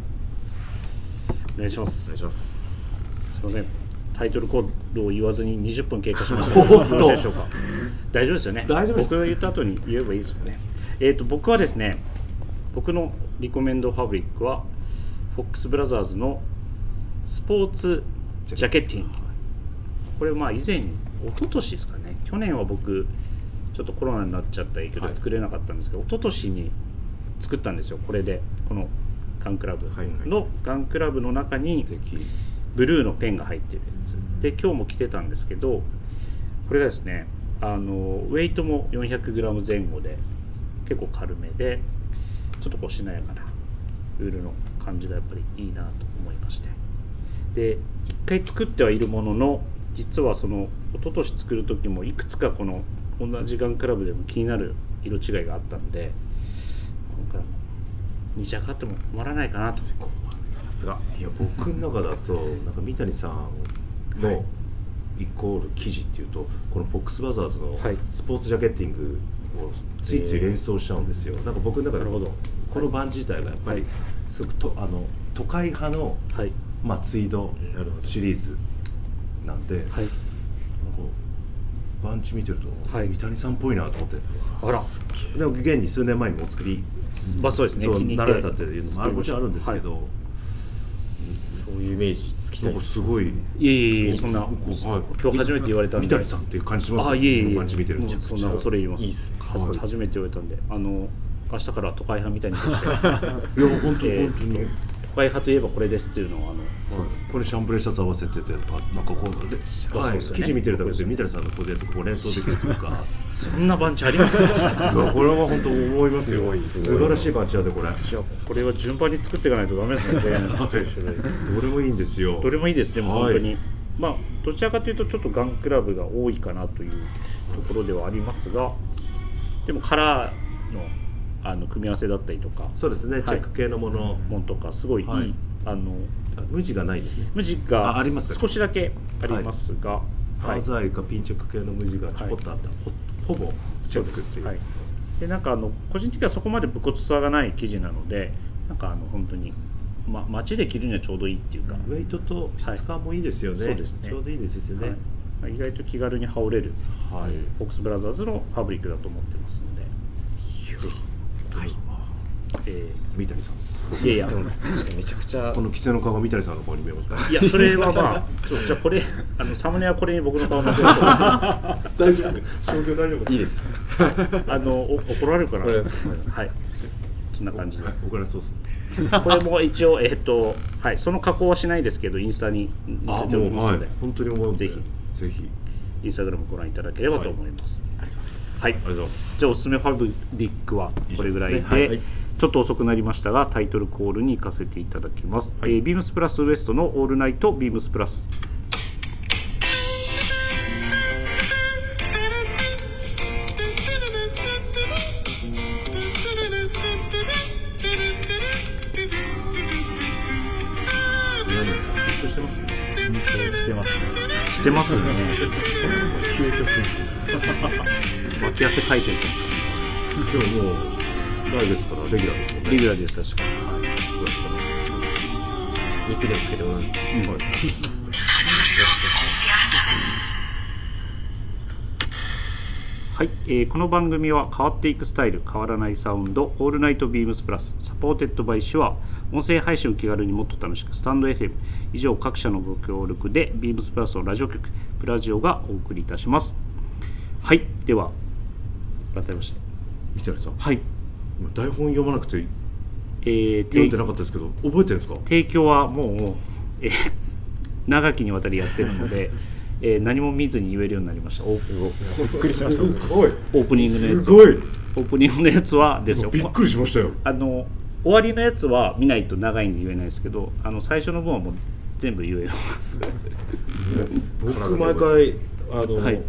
Speaker 1: お願いしますお願いしますすいませんタイトルコールを言わずに20分経過しま
Speaker 4: [laughs]
Speaker 1: したが
Speaker 4: おっと
Speaker 1: どうでしょうか大丈夫ですよね
Speaker 4: 大丈夫です
Speaker 1: 僕が言った後に言えばいいですよねえっ、と僕はですね僕のリコメンドファブリックはフォックスブラザーズのスポーツジャケッティングこれまあ以前一昨年ですかね去年は僕ちょっとコロナになっちゃった影響
Speaker 4: は
Speaker 1: で
Speaker 4: い
Speaker 1: 作れなかったんですけど、一昨年に作ったんですよこれでこのガンクラブ
Speaker 4: はいはい
Speaker 1: のガンクラブの中に
Speaker 4: ぜひ
Speaker 1: ブルーのペンが入ってるやつで今日も着てたんですけどこれがですねあのウェイトも 400g 前後で結構軽めでちょっとこうしなやかなウールの感じがやっぱりいいなと思いましてで一回作ってはいるものの実はその一昨年作る時もいくつかこの同じガンクラブでも気になる色違いがあったので今回も2社買っても困らないかなと
Speaker 4: さすがいや僕の中だとなんか三谷さん
Speaker 1: は
Speaker 4: の
Speaker 1: い
Speaker 4: イコール記事っていうとこのフォックスバザーズの
Speaker 1: はい
Speaker 4: スポーツジャケッティングをついつい連想しちゃうんですよ、なんか僕の中
Speaker 1: なるほ
Speaker 4: で
Speaker 1: ど
Speaker 4: このバン自体がやっぱりすごくとあの都会派の、
Speaker 1: はい
Speaker 4: まあ、ツイードシリーズなんで、
Speaker 1: はい
Speaker 4: なんかバンチ見てると、
Speaker 1: はい
Speaker 4: 三谷さんっぽいなと思って
Speaker 1: あら
Speaker 4: でも現に数年前にもお作り
Speaker 1: まあそうですね
Speaker 4: そう
Speaker 1: 気に入
Speaker 4: な
Speaker 1: っ
Speaker 4: ら
Speaker 1: て
Speaker 4: れたっていうのもあるもちろんあるんですけど、
Speaker 5: そういうイメージつきた
Speaker 4: ないん
Speaker 5: で
Speaker 4: か
Speaker 5: す
Speaker 4: すごい
Speaker 1: いえいえいえそんな
Speaker 4: はい
Speaker 1: 今日初めて言われたんで
Speaker 4: 三谷さんっていう感じします
Speaker 1: ああいえいえ
Speaker 4: 毎日見てる
Speaker 1: も
Speaker 4: と
Speaker 1: うそんな恐れ入ります
Speaker 5: いいっすね
Speaker 1: は初めて言われたんであの明日からは都会派みたいにして [laughs]
Speaker 4: いや本当
Speaker 1: えー
Speaker 4: 本当に
Speaker 1: 都会派といえばこれですっていうのをあの
Speaker 4: これシャンブレーシャツ合わせててなんかこうで、はい
Speaker 1: そうですよね
Speaker 4: 記事見てるだけで三谷さんのコーデとこう連想できるという
Speaker 1: [laughs]
Speaker 4: か
Speaker 1: そんな番地あり
Speaker 4: [laughs]
Speaker 1: ますか
Speaker 4: いやこれは本当思いますよ素晴らしいバンチだでこれ
Speaker 1: じゃあこれは順番に作っていかないとダメですね
Speaker 4: [laughs]
Speaker 1: 全員全種類
Speaker 4: どれもいいんですよ
Speaker 1: どれもいいですね、もう
Speaker 4: はい
Speaker 1: 本当に。まあ、どちらかというと、ちょっとガンクラブが多いかなというところではありますが、でもカラーのあの組み合わせだったりとか、
Speaker 4: そうですね、
Speaker 1: はい
Speaker 4: チェック系のもの
Speaker 1: もんとか、すごいいい、
Speaker 4: はい
Speaker 1: あの
Speaker 4: 無地がないですね
Speaker 1: 無地が
Speaker 4: あありますか
Speaker 1: 少しだけありますが、
Speaker 4: ハーザイかピンチェック系の無地がちょこっとあった、ほほぼチェックっていう
Speaker 1: はい、でなんかあの個人的にはそこまで武骨さがない生地なので、なんかあの本当に、ま、街で着るにはちょうどいいっていうか。
Speaker 4: ウェイトと質感もいいですよね,、
Speaker 1: はいそうですね
Speaker 4: ちょうどいいですよね、
Speaker 1: はいまあ意外と気軽に羽織れる
Speaker 4: はい。
Speaker 1: フォックスブラザーズのファブリックだと思ってますので、ぜひ、え
Speaker 4: 三谷さんです。
Speaker 1: ーいやいや、
Speaker 5: 確かにめちゃくちゃ
Speaker 4: この規制の顔が三谷さんの顔に見えますか。
Speaker 1: いや、それはまあ、ちょじゃあこれ、あのサムネはこれに僕の顔
Speaker 4: [laughs]
Speaker 1: のせます
Speaker 4: 大丈夫。商業大丈夫。
Speaker 5: いいです
Speaker 1: あのお怒られるかな。
Speaker 5: 怒られます
Speaker 1: はい、そんな感じで、
Speaker 4: 怒られそうですね。
Speaker 1: [laughs] これも一応、えっと、はい、その加工はしないですけど、インスタに載せておりますので、
Speaker 4: 本当に思うんで。
Speaker 1: ぜひ
Speaker 4: ぜひ。
Speaker 1: インスタグラムご覧いただければと思います。
Speaker 4: ありがとうございます。
Speaker 1: はい、
Speaker 4: りがとうございます
Speaker 1: じゃあおすすめファブリックはこれぐらいで
Speaker 4: 以上ですねはい
Speaker 1: ちょっと遅くなりましたがタイトルコールに行かせていただきます、えービームスプラスウエストの「オールナイトビームスプラス」
Speaker 4: 南さん緊張してます。
Speaker 3: 緊張してますね
Speaker 1: してますね
Speaker 3: [laughs] 急遽すぎて
Speaker 1: 脇汗かいてるかもしれない
Speaker 4: でももう来月からレギュラーですもんね。
Speaker 1: レギュ
Speaker 4: ー
Speaker 1: ラーです確かに、はい
Speaker 4: ですから。そうです。
Speaker 5: ニックネームつけてもらう
Speaker 4: はい。
Speaker 1: はい、えーこの番組は変わっていくスタイル変わらないサウンド「オールナイトビームスプラス」サポーテッドバイシュア音声配信を気軽にもっと楽しくスタンド FM 以上各社のご協力でビームスプラスのラジオ局プラジオがお送りいたしますはいでは改めまして
Speaker 4: 三谷さん。
Speaker 1: はい
Speaker 4: 台本読まなくて
Speaker 1: えー
Speaker 4: 読
Speaker 1: 提
Speaker 4: んでなかったですけど覚えてるんですか
Speaker 1: 提供はもう、えー長きにわたりやってるの
Speaker 4: [laughs]
Speaker 1: で、えー何も見ずに言えるようになりましたオー
Speaker 3: びっくりしました
Speaker 4: すごい
Speaker 1: プオープニングの
Speaker 4: す
Speaker 1: やつ
Speaker 4: ごい
Speaker 1: オープニングのやつはですよ
Speaker 4: びっくりしましたよ
Speaker 1: あの終わりのやつは見ないと長いんで言えないですけどあの最初の分はもう全部言えます
Speaker 4: 僕毎回あの、
Speaker 1: はい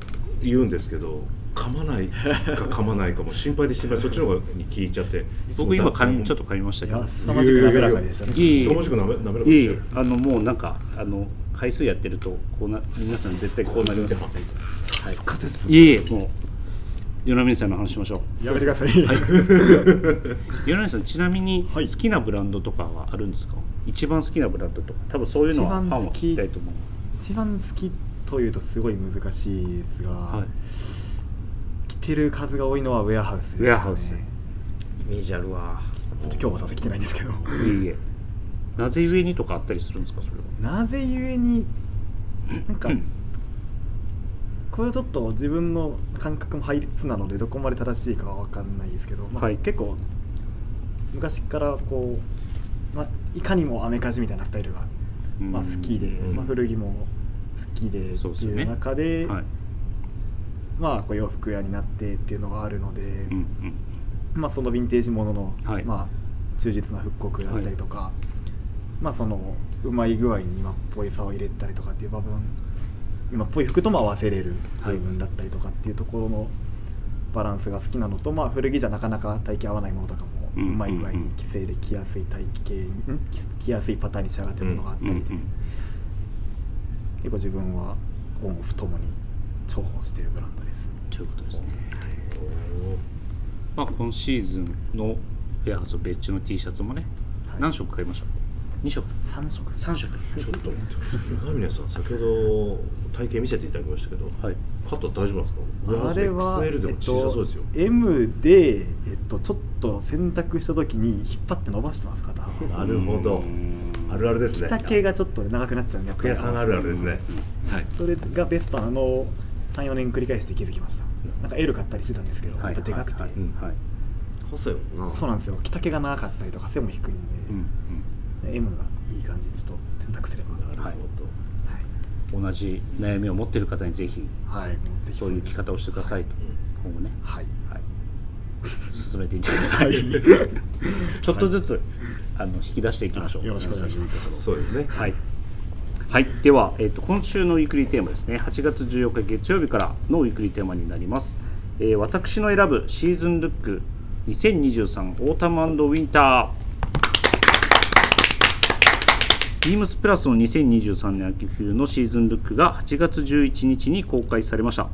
Speaker 4: 言うんですけど噛まないか噛まないかも心配で心配でそっちの方に聞いちゃって
Speaker 1: 僕今噛みちょっ
Speaker 4: っ
Speaker 1: と噛みましたけ
Speaker 3: いや
Speaker 1: ど
Speaker 3: すさまじく滑らかでしたね
Speaker 1: いえいえ
Speaker 4: 凄まじくなめなめらか
Speaker 1: い
Speaker 4: で
Speaker 1: え
Speaker 4: し
Speaker 1: い
Speaker 4: た
Speaker 1: え
Speaker 4: よ
Speaker 1: あのもうなんかあの回数やってるとこうな皆さん絶対こうなります
Speaker 4: さすがです
Speaker 1: いえいえもう与那嶺さんの話しましょう
Speaker 3: やめてください、
Speaker 1: 与那嶺さんちなみに好
Speaker 3: はい
Speaker 1: きなブランドとかはあるんですか、一番好きなブランドとか多分そういうのはファン
Speaker 3: 一
Speaker 1: は
Speaker 3: 番
Speaker 1: 聞
Speaker 3: 好き
Speaker 1: きたいと思う
Speaker 3: [laughs] 一番好きというとすごい難しいですが、
Speaker 1: はい
Speaker 3: 着てる数が多いのはウェアハウスですね
Speaker 1: ウェアハウス
Speaker 3: ちょ
Speaker 2: イメージあるわ
Speaker 3: っと今日もさせ来てないんですけど
Speaker 1: いえいえなぜ上にとかあったりするんですかそれは
Speaker 3: なぜゆえ
Speaker 1: [coughs]
Speaker 3: になんかこれはちょっと自分の感覚も配列なのでどこまで正しいかは分かんないですけど、まあ
Speaker 1: はい
Speaker 3: 結構昔からこう、まあ、いかにもアメカジみたいなスタイルが、まあ、好きで、
Speaker 4: うん
Speaker 3: まあ、古着も好きでって
Speaker 1: そうです
Speaker 3: い
Speaker 1: よね
Speaker 3: う中で
Speaker 1: はい
Speaker 3: まあ、こう洋服屋になってっていうのがあるので、
Speaker 1: うんうん
Speaker 3: まあ、そのヴィンテージものの、
Speaker 1: はい
Speaker 3: まあ、忠実な復刻だったりとか、まあ、そのうまい具合に今っぽいさを入れたりとかっていう部分今っぽい服とも合わせれる部分だったりとかっていうところのバランスが好きなのと、まあ、古着じゃなかなか体型合わないものとかも
Speaker 1: う
Speaker 3: うんまい具合に規制で着やすい体型にん着着やすいパターンに仕上がってるものがあった
Speaker 1: うん
Speaker 3: り
Speaker 1: う
Speaker 3: で、
Speaker 1: ん
Speaker 3: 結構自分はオンオフともに重宝しているブランドです。
Speaker 1: ということですね。まあ、今シーズンのウェアハウス別注の T シャツもね、
Speaker 3: はい
Speaker 1: 何色買いました二色
Speaker 3: 三色
Speaker 1: 三色
Speaker 4: ちょっと待って長峰さん先ほど体型見せていただきましたけど、
Speaker 1: はい
Speaker 4: カット大丈夫なんですか
Speaker 3: あれは、
Speaker 4: XL でも小さそうですよ、
Speaker 3: えっと、M で、えっと、ちょっと洗濯した時に引っ張って伸ばしてます肩を
Speaker 1: [laughs]
Speaker 4: なるほどあるあるですね
Speaker 3: 丈がちょっと長くなっちゃうんでやっぱ
Speaker 4: 服
Speaker 3: り
Speaker 4: 屋さんあるあるですね、
Speaker 2: はい
Speaker 3: それがベストなのを34年繰り返して気づきましたなんか L 買ったりしてたんですけど、
Speaker 1: はい
Speaker 3: やっぱでかくて、
Speaker 1: はいはい
Speaker 4: うん
Speaker 1: はい
Speaker 5: 細いもんな
Speaker 3: そうなんですよ着丈が長かったりとか背も低いんで
Speaker 1: うん、
Speaker 3: M がいい感じでちょっと選択すれば
Speaker 4: なるほど、
Speaker 1: うん同じ悩みを持っている方にぜひ
Speaker 3: はい、はい、もうぜひ
Speaker 1: そういう着方をしてくださいと、今後ね、
Speaker 3: はい
Speaker 1: はい、進めていってください [laughs] ちょっとずつ、あの引き出していきましょう
Speaker 3: よろしくお願いします
Speaker 4: そうですね
Speaker 1: はい。はい、では、えっと今週のウィークリーテーマですね8月14日月曜日からのウィークリーテーマになります、えー私の選ぶシーズンルック2023オータムウィンタービームスプラスの2023年秋冬のシーズンルックが8月11日に公開されました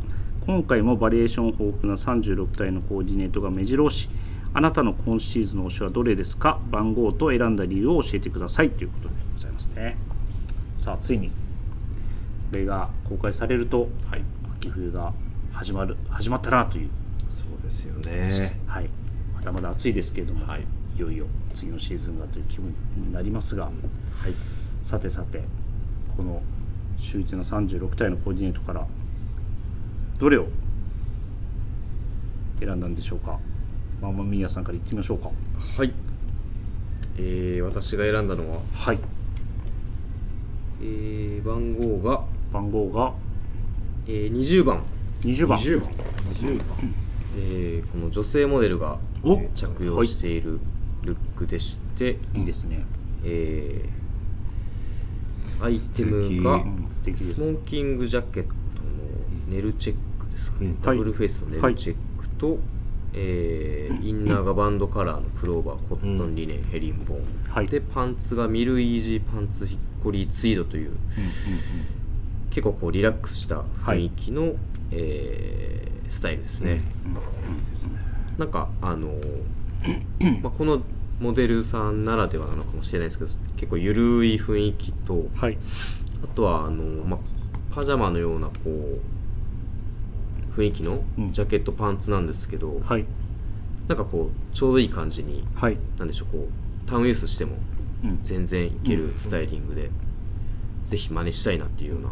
Speaker 1: 今回もバリエーション豊富な36体のコーディネートが目白押しあなたの今シーズンの推しはどれですか番号と選んだ理由を教えてくださいということでございますねさあついにこれが公開されると、秋冬が始まる始まったなという、
Speaker 4: そうですよね
Speaker 1: はい、まだまだ暑いですけれども、
Speaker 4: はいい、
Speaker 1: よいよ次のシーズンがという気分になりますが、はい、さてさてこの秀逸な36体のコーディネートからどれを選んだんでしょうかママミヤさんから言ってみましょうか
Speaker 5: はいえー、私が選んだのは
Speaker 1: はい
Speaker 5: えー、番号が、
Speaker 1: 番号が
Speaker 5: えー、20番
Speaker 1: 20番
Speaker 4: 10番
Speaker 5: えーこの女性モデルが
Speaker 1: お
Speaker 5: えー着用しているルックでして、
Speaker 1: いいですね
Speaker 5: えーアイテムが
Speaker 1: うん素敵で
Speaker 5: ス
Speaker 1: す
Speaker 5: モーキングジャケットのネルチェックですかね、ダブルフェイスのネルチェックと、えーインナーがバンドカラーのプローバーコットンリネンヘリンボーン、
Speaker 1: はい
Speaker 5: でパンツがミルイージーパンツヒッコリーツイードという、結構こうリラックスした雰囲気の、えースタイルですね、なんかあの [clears throat] ーまあこのモデルさんならではなのかもしれないですけど結構ゆるい雰囲気と
Speaker 1: はい
Speaker 5: あとはあのー、まあ、パジャマのようなこう雰囲気の
Speaker 1: うん
Speaker 5: ジャケットパンツなんですけど、
Speaker 1: はい
Speaker 5: なんかこうちょうどいい感じに
Speaker 1: はい
Speaker 5: なんでしょうこうタウンユースしても
Speaker 1: うん
Speaker 5: 全然いけるスタイリングで、ぜひ真似したいなっていうような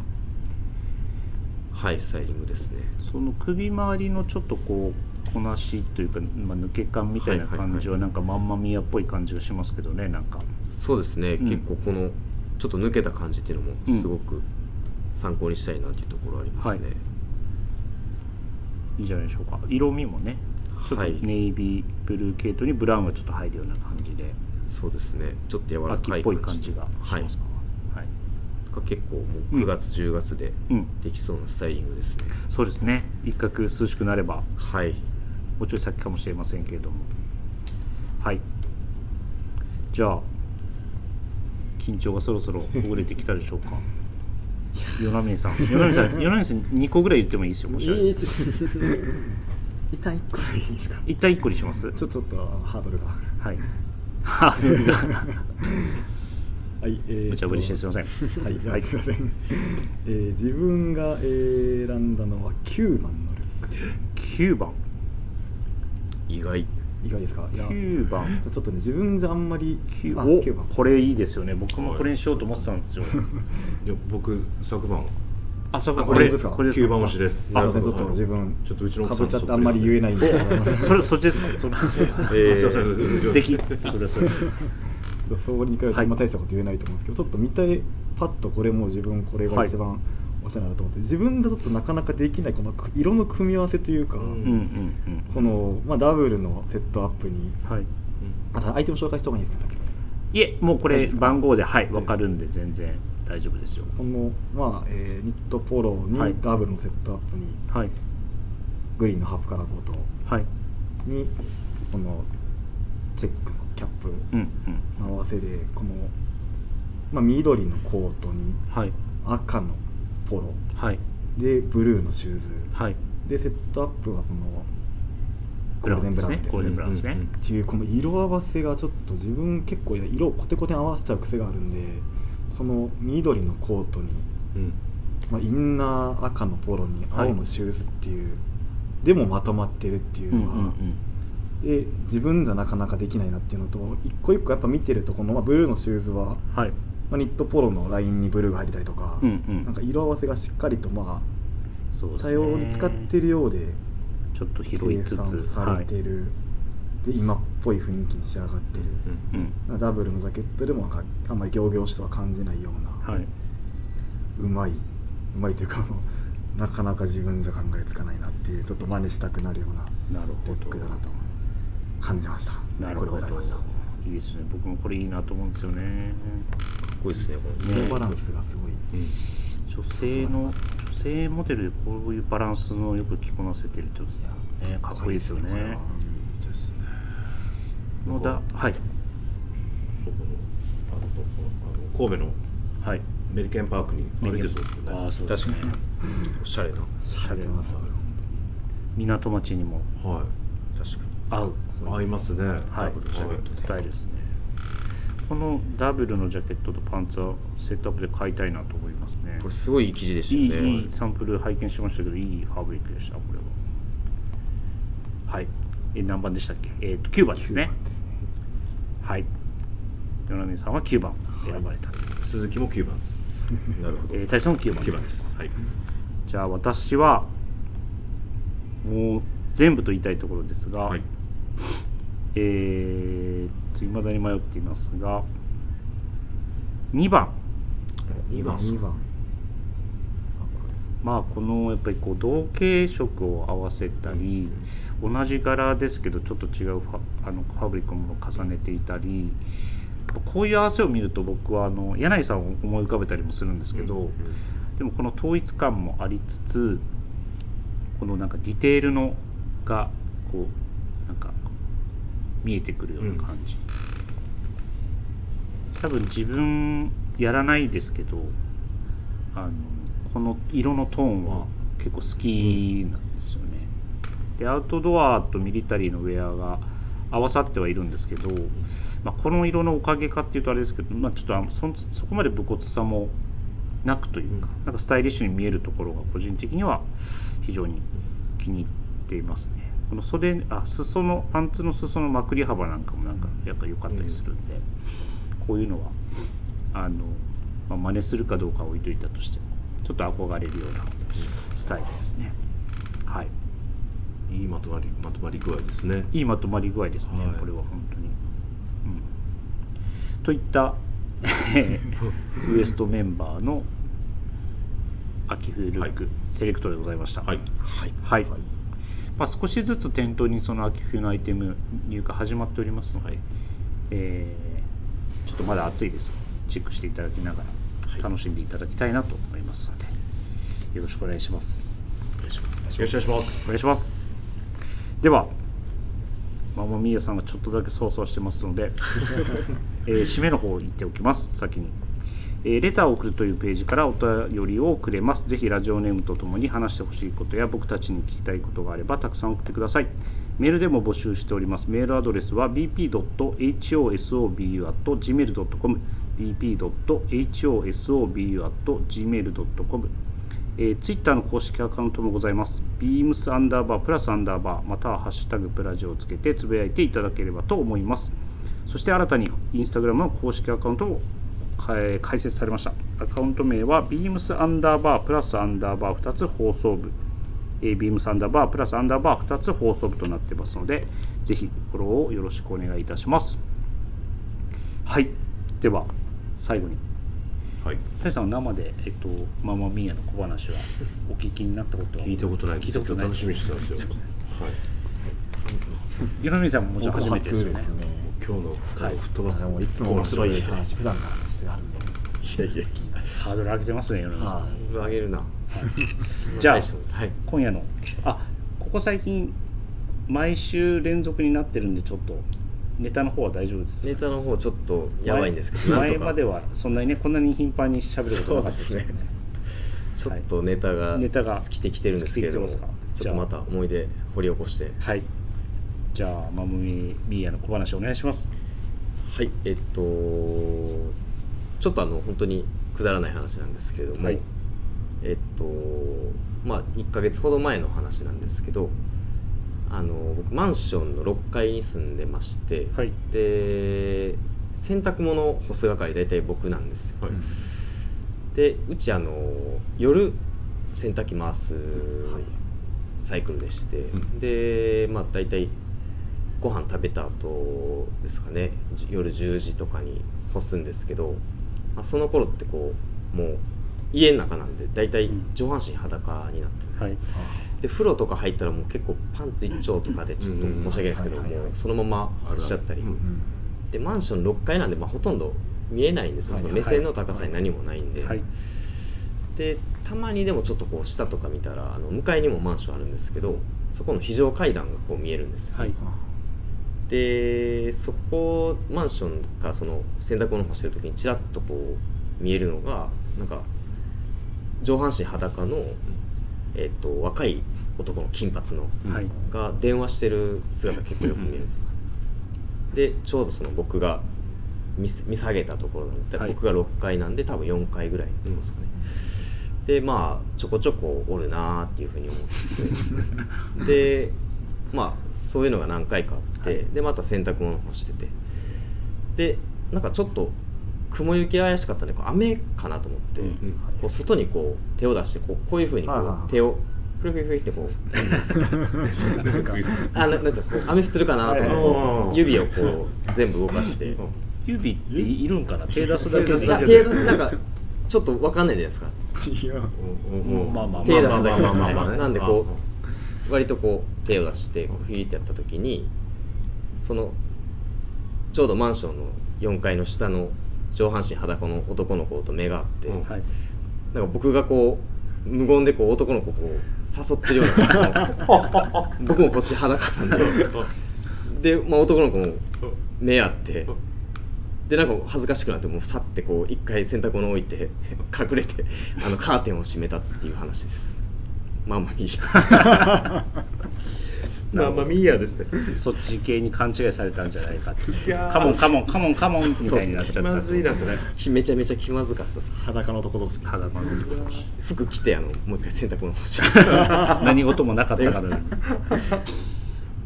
Speaker 5: はいスタイリングですね
Speaker 1: その首周りのちょっとこうこなしというか、まあ、抜け感みたいな感じはなんかまんまみやっぽい感じがしますけどねなんか
Speaker 5: そうですね、
Speaker 1: うん
Speaker 5: 結構このちょっと抜けた感じっていうのもすごく参考にしたいなっていうところありますね、
Speaker 1: はいいいんじゃないでしょうか色味もねちょっと
Speaker 5: はい
Speaker 1: ネイビーブルー系統にブラウンがちょっと入るような感じで
Speaker 5: そうですねちょっと柔ら
Speaker 1: 秋
Speaker 5: か
Speaker 1: っ
Speaker 5: い
Speaker 1: ぽい
Speaker 5: 感
Speaker 1: 感
Speaker 5: じ
Speaker 1: じがし
Speaker 5: はい、
Speaker 1: ますか、はい
Speaker 5: が結構もう9月、10月で
Speaker 1: うん
Speaker 5: できそうなスタイリングですね
Speaker 1: そうですね一角涼しくなれば
Speaker 5: はい
Speaker 1: もうちょい先かもしれませんけれどもはいじゃあ緊張がそろそろほぐれてきたでしょ
Speaker 3: [laughs]
Speaker 1: うか与那嶺さん与那嶺さん与那嶺さん2個ぐらい言ってもいいですよもしあれば
Speaker 3: いいちょっと [laughs] 一旦一個でいいですか
Speaker 1: 一旦1個にします
Speaker 3: ちょちょっとハードル
Speaker 1: [laughs]
Speaker 3: が [laughs]
Speaker 1: はいハードルが
Speaker 3: はいえーと
Speaker 1: 無茶ぶりしてすいません
Speaker 3: はい、じゃ
Speaker 1: は
Speaker 3: あ
Speaker 1: い
Speaker 3: すいません、えー自分がえー選んだのは9番のルック
Speaker 1: 9番
Speaker 5: 意外
Speaker 3: いかがですかいや
Speaker 1: 9番
Speaker 3: ちょっとね自分じゃあんまり
Speaker 1: 九
Speaker 3: あ
Speaker 1: お
Speaker 3: 9番
Speaker 1: これいいですよね僕もこれにしようと思ってたんですよ
Speaker 4: いや僕昨晩
Speaker 1: あそうか
Speaker 3: [laughs] あ
Speaker 1: これ
Speaker 3: これですか
Speaker 1: これです
Speaker 4: 9
Speaker 1: か
Speaker 4: 番推しです
Speaker 3: すいませんちょっ
Speaker 4: なるほど
Speaker 3: と自分
Speaker 4: ちょっとうちの
Speaker 3: か
Speaker 4: 奥
Speaker 3: ぶ
Speaker 4: さん
Speaker 3: っちゃってあんまり言えないんですけど
Speaker 1: そ
Speaker 3: [laughs]
Speaker 1: れそっちですかそれ
Speaker 5: えー
Speaker 4: あすいません [laughs]
Speaker 1: 素敵それはそれで
Speaker 3: そうに比べてあんま大したこと言えないと思うんですけど、ちょっと見たいパッとこれもう自分これが一番おしゃれだなと思って、自分じゃちょっとなかなかできないこの色の組み合わせというか、
Speaker 4: うん
Speaker 1: うんうん
Speaker 3: この、まあ、ダブルのセットアップに
Speaker 1: うんはい
Speaker 3: あアイテム紹介した方がいいですかさっき
Speaker 1: いえもうこ
Speaker 3: 大丈夫
Speaker 1: れ
Speaker 3: ですか
Speaker 1: 番号ではいわかるんで全然大丈夫ですよ
Speaker 3: この、まあえーニットポロ
Speaker 1: はい
Speaker 3: にダブルのセットアップに、
Speaker 1: はい
Speaker 3: グリーンのハーフカラーコート
Speaker 1: はい
Speaker 3: にこのチェックのキャップ
Speaker 1: うんうん
Speaker 3: の合わせでこの、まあ、緑のコートに
Speaker 1: はい
Speaker 3: 赤のポロ
Speaker 1: はい
Speaker 3: でブルーのシューズ
Speaker 1: はい
Speaker 3: でセットアップはその
Speaker 1: ブラウンですねゴールデンブラウンですね
Speaker 3: っていうこの色合わせがちょっと自分結構色をコテコテに合わせちゃう癖があるんでこの緑のコートに、
Speaker 4: うん
Speaker 3: まあ、インナー赤のポロに
Speaker 1: はい
Speaker 3: 青のシューズっていう、でもまとまってるっていう
Speaker 1: うんう
Speaker 3: のは、
Speaker 1: ん
Speaker 3: で自分じゃなかなかできないなっていうのと一個一個やっぱ見てるとこの、まあ、ブルーのシューズは、
Speaker 1: うんはい
Speaker 3: まあ、ニットポロのラインにブルーが入れたりとか、
Speaker 1: うんうん
Speaker 3: なんか色合わせがしっかりとま
Speaker 1: そうで
Speaker 3: あ
Speaker 1: す
Speaker 3: 多
Speaker 1: ね
Speaker 3: 様に使ってるようで
Speaker 1: ちょっと拾い
Speaker 3: 計
Speaker 1: つつ
Speaker 3: 算さ
Speaker 1: は
Speaker 3: れ
Speaker 1: い
Speaker 3: てる、で今っぽい雰囲気に仕上がってる、
Speaker 1: うん
Speaker 3: ダブルのジャケットでもなんかあんまり仰々しさは感じないような、
Speaker 1: はいう
Speaker 3: まいうまいというかあのなかなか自分じゃ考えつかないなっていうちょっと真似したくなるような
Speaker 1: なるほ
Speaker 3: ルックだな
Speaker 1: ど
Speaker 3: と感じました
Speaker 1: なるほ
Speaker 3: これを選び
Speaker 1: ど
Speaker 3: ました
Speaker 1: いいですね僕もこれいいなと思うんですよね
Speaker 5: かっこいいですねこ
Speaker 3: そ
Speaker 5: の
Speaker 3: の
Speaker 5: ね
Speaker 3: バランスがすごい、
Speaker 1: 女性の女性モデルでこういうバランスのよく着こなせてると、ね、かっこいいですよ
Speaker 3: これは
Speaker 1: ね
Speaker 4: いいですね
Speaker 1: のだはい
Speaker 4: そこのあのここあの神戸の
Speaker 1: はい
Speaker 4: メリケンパークに歩いてそうですけどね
Speaker 1: ああそうです
Speaker 5: 確かにおしゃれな
Speaker 3: しゃれてます
Speaker 1: 港町にも
Speaker 4: は
Speaker 5: 確か
Speaker 1: 合う
Speaker 4: い合いますね
Speaker 1: はいスタイルですねこのダブルのジャケットとパンツはセットアップで買いたいなと思いますね
Speaker 5: にこれすごいいい生地でした
Speaker 1: いい,、
Speaker 5: よね
Speaker 1: いいサンプル拝見しましたけどいいファブリックでしたこれははいえ何番でしたっけえっ、と9番ですね
Speaker 3: ですね
Speaker 1: はい与那嶺さんは9番選ばれた、
Speaker 4: 鈴木も9番です
Speaker 5: なるほど
Speaker 1: えー、大佐も9番
Speaker 4: 9番ですはい
Speaker 1: じゃあ私はもう全部と言いたいところですが、
Speaker 4: はい
Speaker 1: えー、っといまだに迷っていますが2番
Speaker 5: 2
Speaker 3: 2
Speaker 5: 番
Speaker 3: 番
Speaker 5: っすか
Speaker 3: 2番あこれです
Speaker 1: まあこのやっぱりこう同系色を合わせたり同じ柄ですけどちょっと違うファあのファブリックのものを重ねていたりやっぱこういう合わせを見ると僕はあの柳井さんを思い浮かべたりもするんですけど、でもこの統一感もありつつこのなんかディテールのがこうなんか見えてくるような感じ、多分自分やらないですけどあのこの色のトーンは結構好きなんですよね、でアウトドアとミリタリーのウェアが合わさってはいるんですけど、まあ、この色のおかげかっていうとあれですけど、まあ、ちょっとあんそんそこまで武骨さもなくというか,、なんかスタイリッシュに見えるところが個人的には非常に気に入っていますねこの袖あ裾のパンツの裾のまくり幅なんかもなんかやっぱ良かったりするんで、こういうのはあの、まあ、真似するかどうかは置いといたとしてもちょっと憧れるようなスタイルですねはい
Speaker 4: いいまとまりまとまり具合ですね
Speaker 1: いいまとまり具合ですね、
Speaker 4: はい
Speaker 1: これは本当に、うんといった
Speaker 4: [laughs]
Speaker 1: ウエストメンバーの秋冬ルック、
Speaker 4: はい
Speaker 1: セレクトでございました
Speaker 4: はい
Speaker 1: はい、まあ、少しずつ店頭にその秋冬のアイテム入荷始まっておりますので、えーちょっとまだ暑いですがチェックしていただきながら楽しんでいただきたいなと思いますので、よろしくお願いします
Speaker 4: よろしくお願いします
Speaker 1: お願いしますではママミヤさんがちょっとだけそうそうしてますので、えー締めの方行っておきます先に、えーレターを送るというページからお便りをくれますぜひラジオネームとともに話してほしいことや僕たちに聞きたいことがあればたくさん送ってくださいメールでも募集しておりますメールアドレスは bp.hosobu.gmail.com bp.hosobu.gmail.com えー、ツイッターの公式アカウントもございます。beams アンダーバープラスアンダーバーまたはハッシュタグプラジオをつけてつぶやいていただければと思います。そして新たにインスタグラムの公式アカウントを開開設されました。アカウント名は beams アンダーバープラスアンダーバー2つ放送部。えー、beams アンダーバープラスアンダーバー2つ放送部となってますので、ぜひフォローをよろしくお願いいたします。はい。では、最後に
Speaker 4: はい
Speaker 1: タイさんは生で、えっと、ママミーヤの小話はお聞きになったことは
Speaker 4: 聞いたことない
Speaker 1: 聞いたことない
Speaker 4: 楽しみにしてたんですよはい
Speaker 1: 湯飲みさんももちろん初めてですよね
Speaker 3: ね
Speaker 4: 今日の疲れを吹っ飛ばす、
Speaker 3: でもいつも面白い話普段からしてあるんで
Speaker 4: いやいや
Speaker 1: ハードル上げてますね湯飲みさん、
Speaker 3: は
Speaker 5: 上げるな
Speaker 1: じゃあ
Speaker 5: はい
Speaker 1: 今夜のあここ最近毎週連続になってるんでちょっとネタの方は大丈夫です
Speaker 5: ネタの方ちょっとやばいんですけどなん
Speaker 1: 前前
Speaker 5: とか
Speaker 1: まではそんなにねこんなに頻繁に喋ることなかった
Speaker 5: そうですねちょっとネタが
Speaker 1: はいネタが
Speaker 5: 尽きてきてるんですけれども、
Speaker 1: 尽きてきてますか
Speaker 5: ちょっとまた思い出掘り起こして
Speaker 1: はいじゃあママミーヤの小話お願いします
Speaker 5: はいえっとちょっとあの本当にくだらない話なんですけれども、
Speaker 1: はい
Speaker 5: えっとまあ1ヶ月ほど前の話なんですけどあの僕マンションの6階に住んでまして、
Speaker 1: はい
Speaker 5: で洗濯物を干す係大体僕なんですよ、
Speaker 4: はい
Speaker 5: でうちあの夜洗濯機回すサイクルでして、でまあ大体ご飯食べた後ですかねじ夜10時とかに干すんですけど、まあ、その頃ってこうもう家の中なんで大体上半身裸になってる、
Speaker 1: はい
Speaker 5: で風呂とか入ったらもう結構パンツ一丁とかでちょっと申し訳ないですけど、
Speaker 3: うんうんはいはいはい
Speaker 5: もうそのまま落ちちゃったり、
Speaker 4: あるあ
Speaker 3: い、
Speaker 4: る
Speaker 3: うん
Speaker 5: でマンション6階なんで、まあ、ほとんど見えないんですよ、
Speaker 3: はい
Speaker 5: その目線の高さに何もないんで、
Speaker 1: はい
Speaker 5: でたまにでもちょっとこう下とか見たらあの向かいにもマンションあるんですけどそこの非常階段がこう見えるんですよ、
Speaker 1: はい
Speaker 5: でそこマンションかその洗濯物干してる時にちらっとこう見えるのがなんか上半身裸の、えっと若い男の金髪の
Speaker 1: はい
Speaker 5: が電話してる姿結構よく見えるんですよでちょうどその僕が見せ見下げたところなんで、
Speaker 1: はい
Speaker 5: 僕が6階なんで多分4階ぐらいのところですかね、でまあちょこちょこおるなーっていうふうに思っててでまあそういうのが何回かあって、でまた洗濯物干しててでなんかちょっと雲行き怪しかったんでこう雨かなと思って、
Speaker 1: うんうん
Speaker 5: こう外にこう手を出してこうこういうふうにこ
Speaker 3: はいはいうはい
Speaker 5: 手をフリフリフリってこう
Speaker 3: なんか
Speaker 5: あななんつうのこう雨降ってるかなと思って、
Speaker 4: はい
Speaker 5: 指をこう全部動かして
Speaker 1: 指っているんかな手出すだ
Speaker 5: 手
Speaker 1: けで
Speaker 5: 出
Speaker 1: す
Speaker 5: だ
Speaker 4: け
Speaker 5: け
Speaker 4: で
Speaker 5: 手出すなんかちょっとわかんないじゃないですか
Speaker 3: 違う
Speaker 4: うんうんうん
Speaker 1: まあまあ
Speaker 5: 手出すだけ
Speaker 4: まあまあまあまあね
Speaker 5: なんでこう割とこう手を出してこうフィーってやった時にそのちょうどマンションの4階の下の上半身裸の男の子と目が合って、
Speaker 4: うん
Speaker 1: はい
Speaker 5: なんか僕がこう無言でこう男の子をこう誘ってるよう
Speaker 4: [laughs]
Speaker 5: な僕もこっち裸なんで。で、まあ、男の子も目合ってでなんか恥ずかしくなってもうさってこう一回洗濯物置いて隠れ [laughs] てあのカーテンを閉めたっていう話ですまあまあいい
Speaker 4: まあまあミーヤですね
Speaker 1: そっち系に勘違いされたんじゃないかってカモンカモンカモンカモンみたいになっちゃった
Speaker 4: 気まずいなそれ
Speaker 5: [laughs] めちゃめちゃ気まずかったです
Speaker 3: 裸の男同士
Speaker 1: [laughs] 肌感のところだし
Speaker 5: 服着てあのもう一回洗濯物干しま [laughs] した
Speaker 1: 何事もなかったから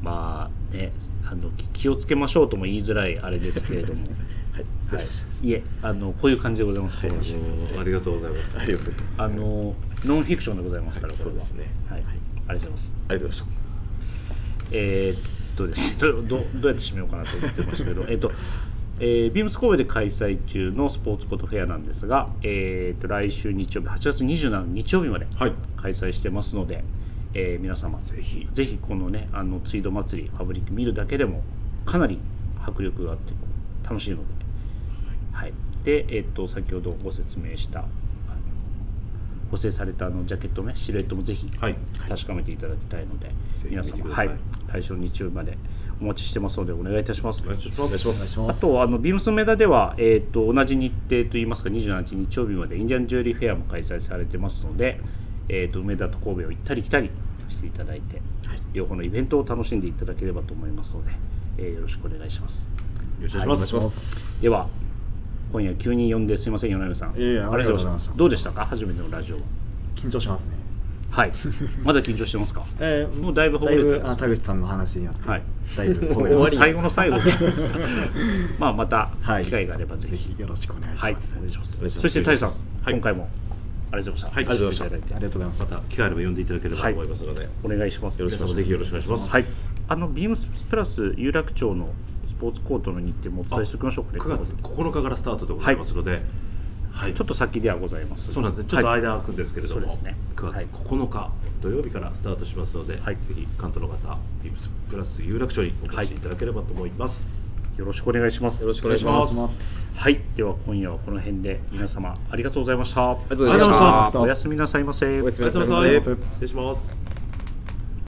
Speaker 1: まあねあのき気をつけましょうとも言いづらいあれですけれども
Speaker 5: はい失礼しまし
Speaker 1: いえあのこういう感じでございますこの話
Speaker 4: ありがとうございます
Speaker 5: たありがとうございます
Speaker 1: あのノンフィクションでございますからこれ
Speaker 5: そう
Speaker 1: は
Speaker 5: ですね
Speaker 1: はいありがとうございます
Speaker 5: ありがとうございました
Speaker 1: えーっとですねどどどうやって締めようかなと思ってますけど [laughs] えーっと、えービームス神戸で開催中のスポーツコートフェアなんですが、えーっと来週日曜日8月27日日曜日まで
Speaker 2: はい
Speaker 1: 開催してますので、えー皆様ぜひぜひこのねあのツイード祭りファブリック見るだけでもかなり迫力があってこう楽しいので、はい、で、えーっと先ほどご説明したあの補正されたあのジャケットねシルエットもぜひ
Speaker 4: はい
Speaker 1: 確かめていただきたいので、
Speaker 4: ひ
Speaker 1: 皆
Speaker 4: 見て
Speaker 1: 様
Speaker 4: くだ
Speaker 1: は
Speaker 4: さい
Speaker 1: い来週の日曜日までお待ちしてますのでお願いいたします。
Speaker 4: お願いします
Speaker 3: お願いしま
Speaker 1: あ
Speaker 3: す
Speaker 1: とあのビームスメダでは、えー、と同じ日程といいますか27日日曜日までインディアンジュエリーフェアも開催されてますので、えー、と梅田と神戸を行ったり来たりしていただいて、両方のイベントを楽しんでいただければと思いますので、えーよろしくお願いします
Speaker 4: よろしくお願いします
Speaker 3: す
Speaker 1: では今夜急に呼んですいません米山さん
Speaker 3: いえいえありがとうございました
Speaker 1: どうでしたか初めてのラジオは
Speaker 3: 緊張しますね
Speaker 1: はいまだ緊張してますか
Speaker 3: えー
Speaker 1: もうだいぶほぐれてる
Speaker 3: だいぶあ田口さんの話によって、
Speaker 1: はい
Speaker 3: だい [laughs] ぶほぐ
Speaker 1: 終 [laughs]
Speaker 3: れ
Speaker 1: わ
Speaker 3: まし
Speaker 1: り
Speaker 3: た
Speaker 1: 最後の最後にまあまた
Speaker 3: はい
Speaker 1: 機会があればぜ
Speaker 3: ぜ
Speaker 1: ひ
Speaker 3: ひよろしくお願いし
Speaker 1: はい、
Speaker 3: ます、
Speaker 1: お願いします。
Speaker 5: 願いします
Speaker 1: そして、タイさん、
Speaker 4: はい
Speaker 1: 今回もありがとうございました。
Speaker 4: はいありがとうござい
Speaker 1: 出演していただいて
Speaker 3: ありがとうございました
Speaker 4: また機会あれば呼んでいただければと思いますので、
Speaker 1: お願いします。
Speaker 4: 皆さんもぜひよろしくお願いします、
Speaker 1: はい。あのビームスプラス有楽町のスポーツコートの日程もお伝えしておきましょうかね。
Speaker 4: 9月9日からスタートでございますので、はい
Speaker 1: ちょっと先ではございます。
Speaker 4: そうなんですねちょっと
Speaker 1: はい
Speaker 4: 間空くんですけれども、
Speaker 1: そうですね
Speaker 4: 9
Speaker 1: はい
Speaker 4: 月9日、土曜日からスタートしますので、
Speaker 1: はい
Speaker 4: ぜひ関東の方ビームスプラス有楽町にお越しいただければと思います、
Speaker 1: よろしくお願いします。
Speaker 5: よろしくお願いし
Speaker 3: お願
Speaker 5: ま
Speaker 3: いし
Speaker 5: す。
Speaker 3: ます
Speaker 1: はい、では今夜はこの辺で皆様ありがとうございました。ありが
Speaker 5: ありがとうございました
Speaker 1: おやすみなさいませ。
Speaker 5: おやすみなさい
Speaker 4: あ
Speaker 5: ま
Speaker 4: りがとうござい
Speaker 5: せ
Speaker 4: ま。す失礼します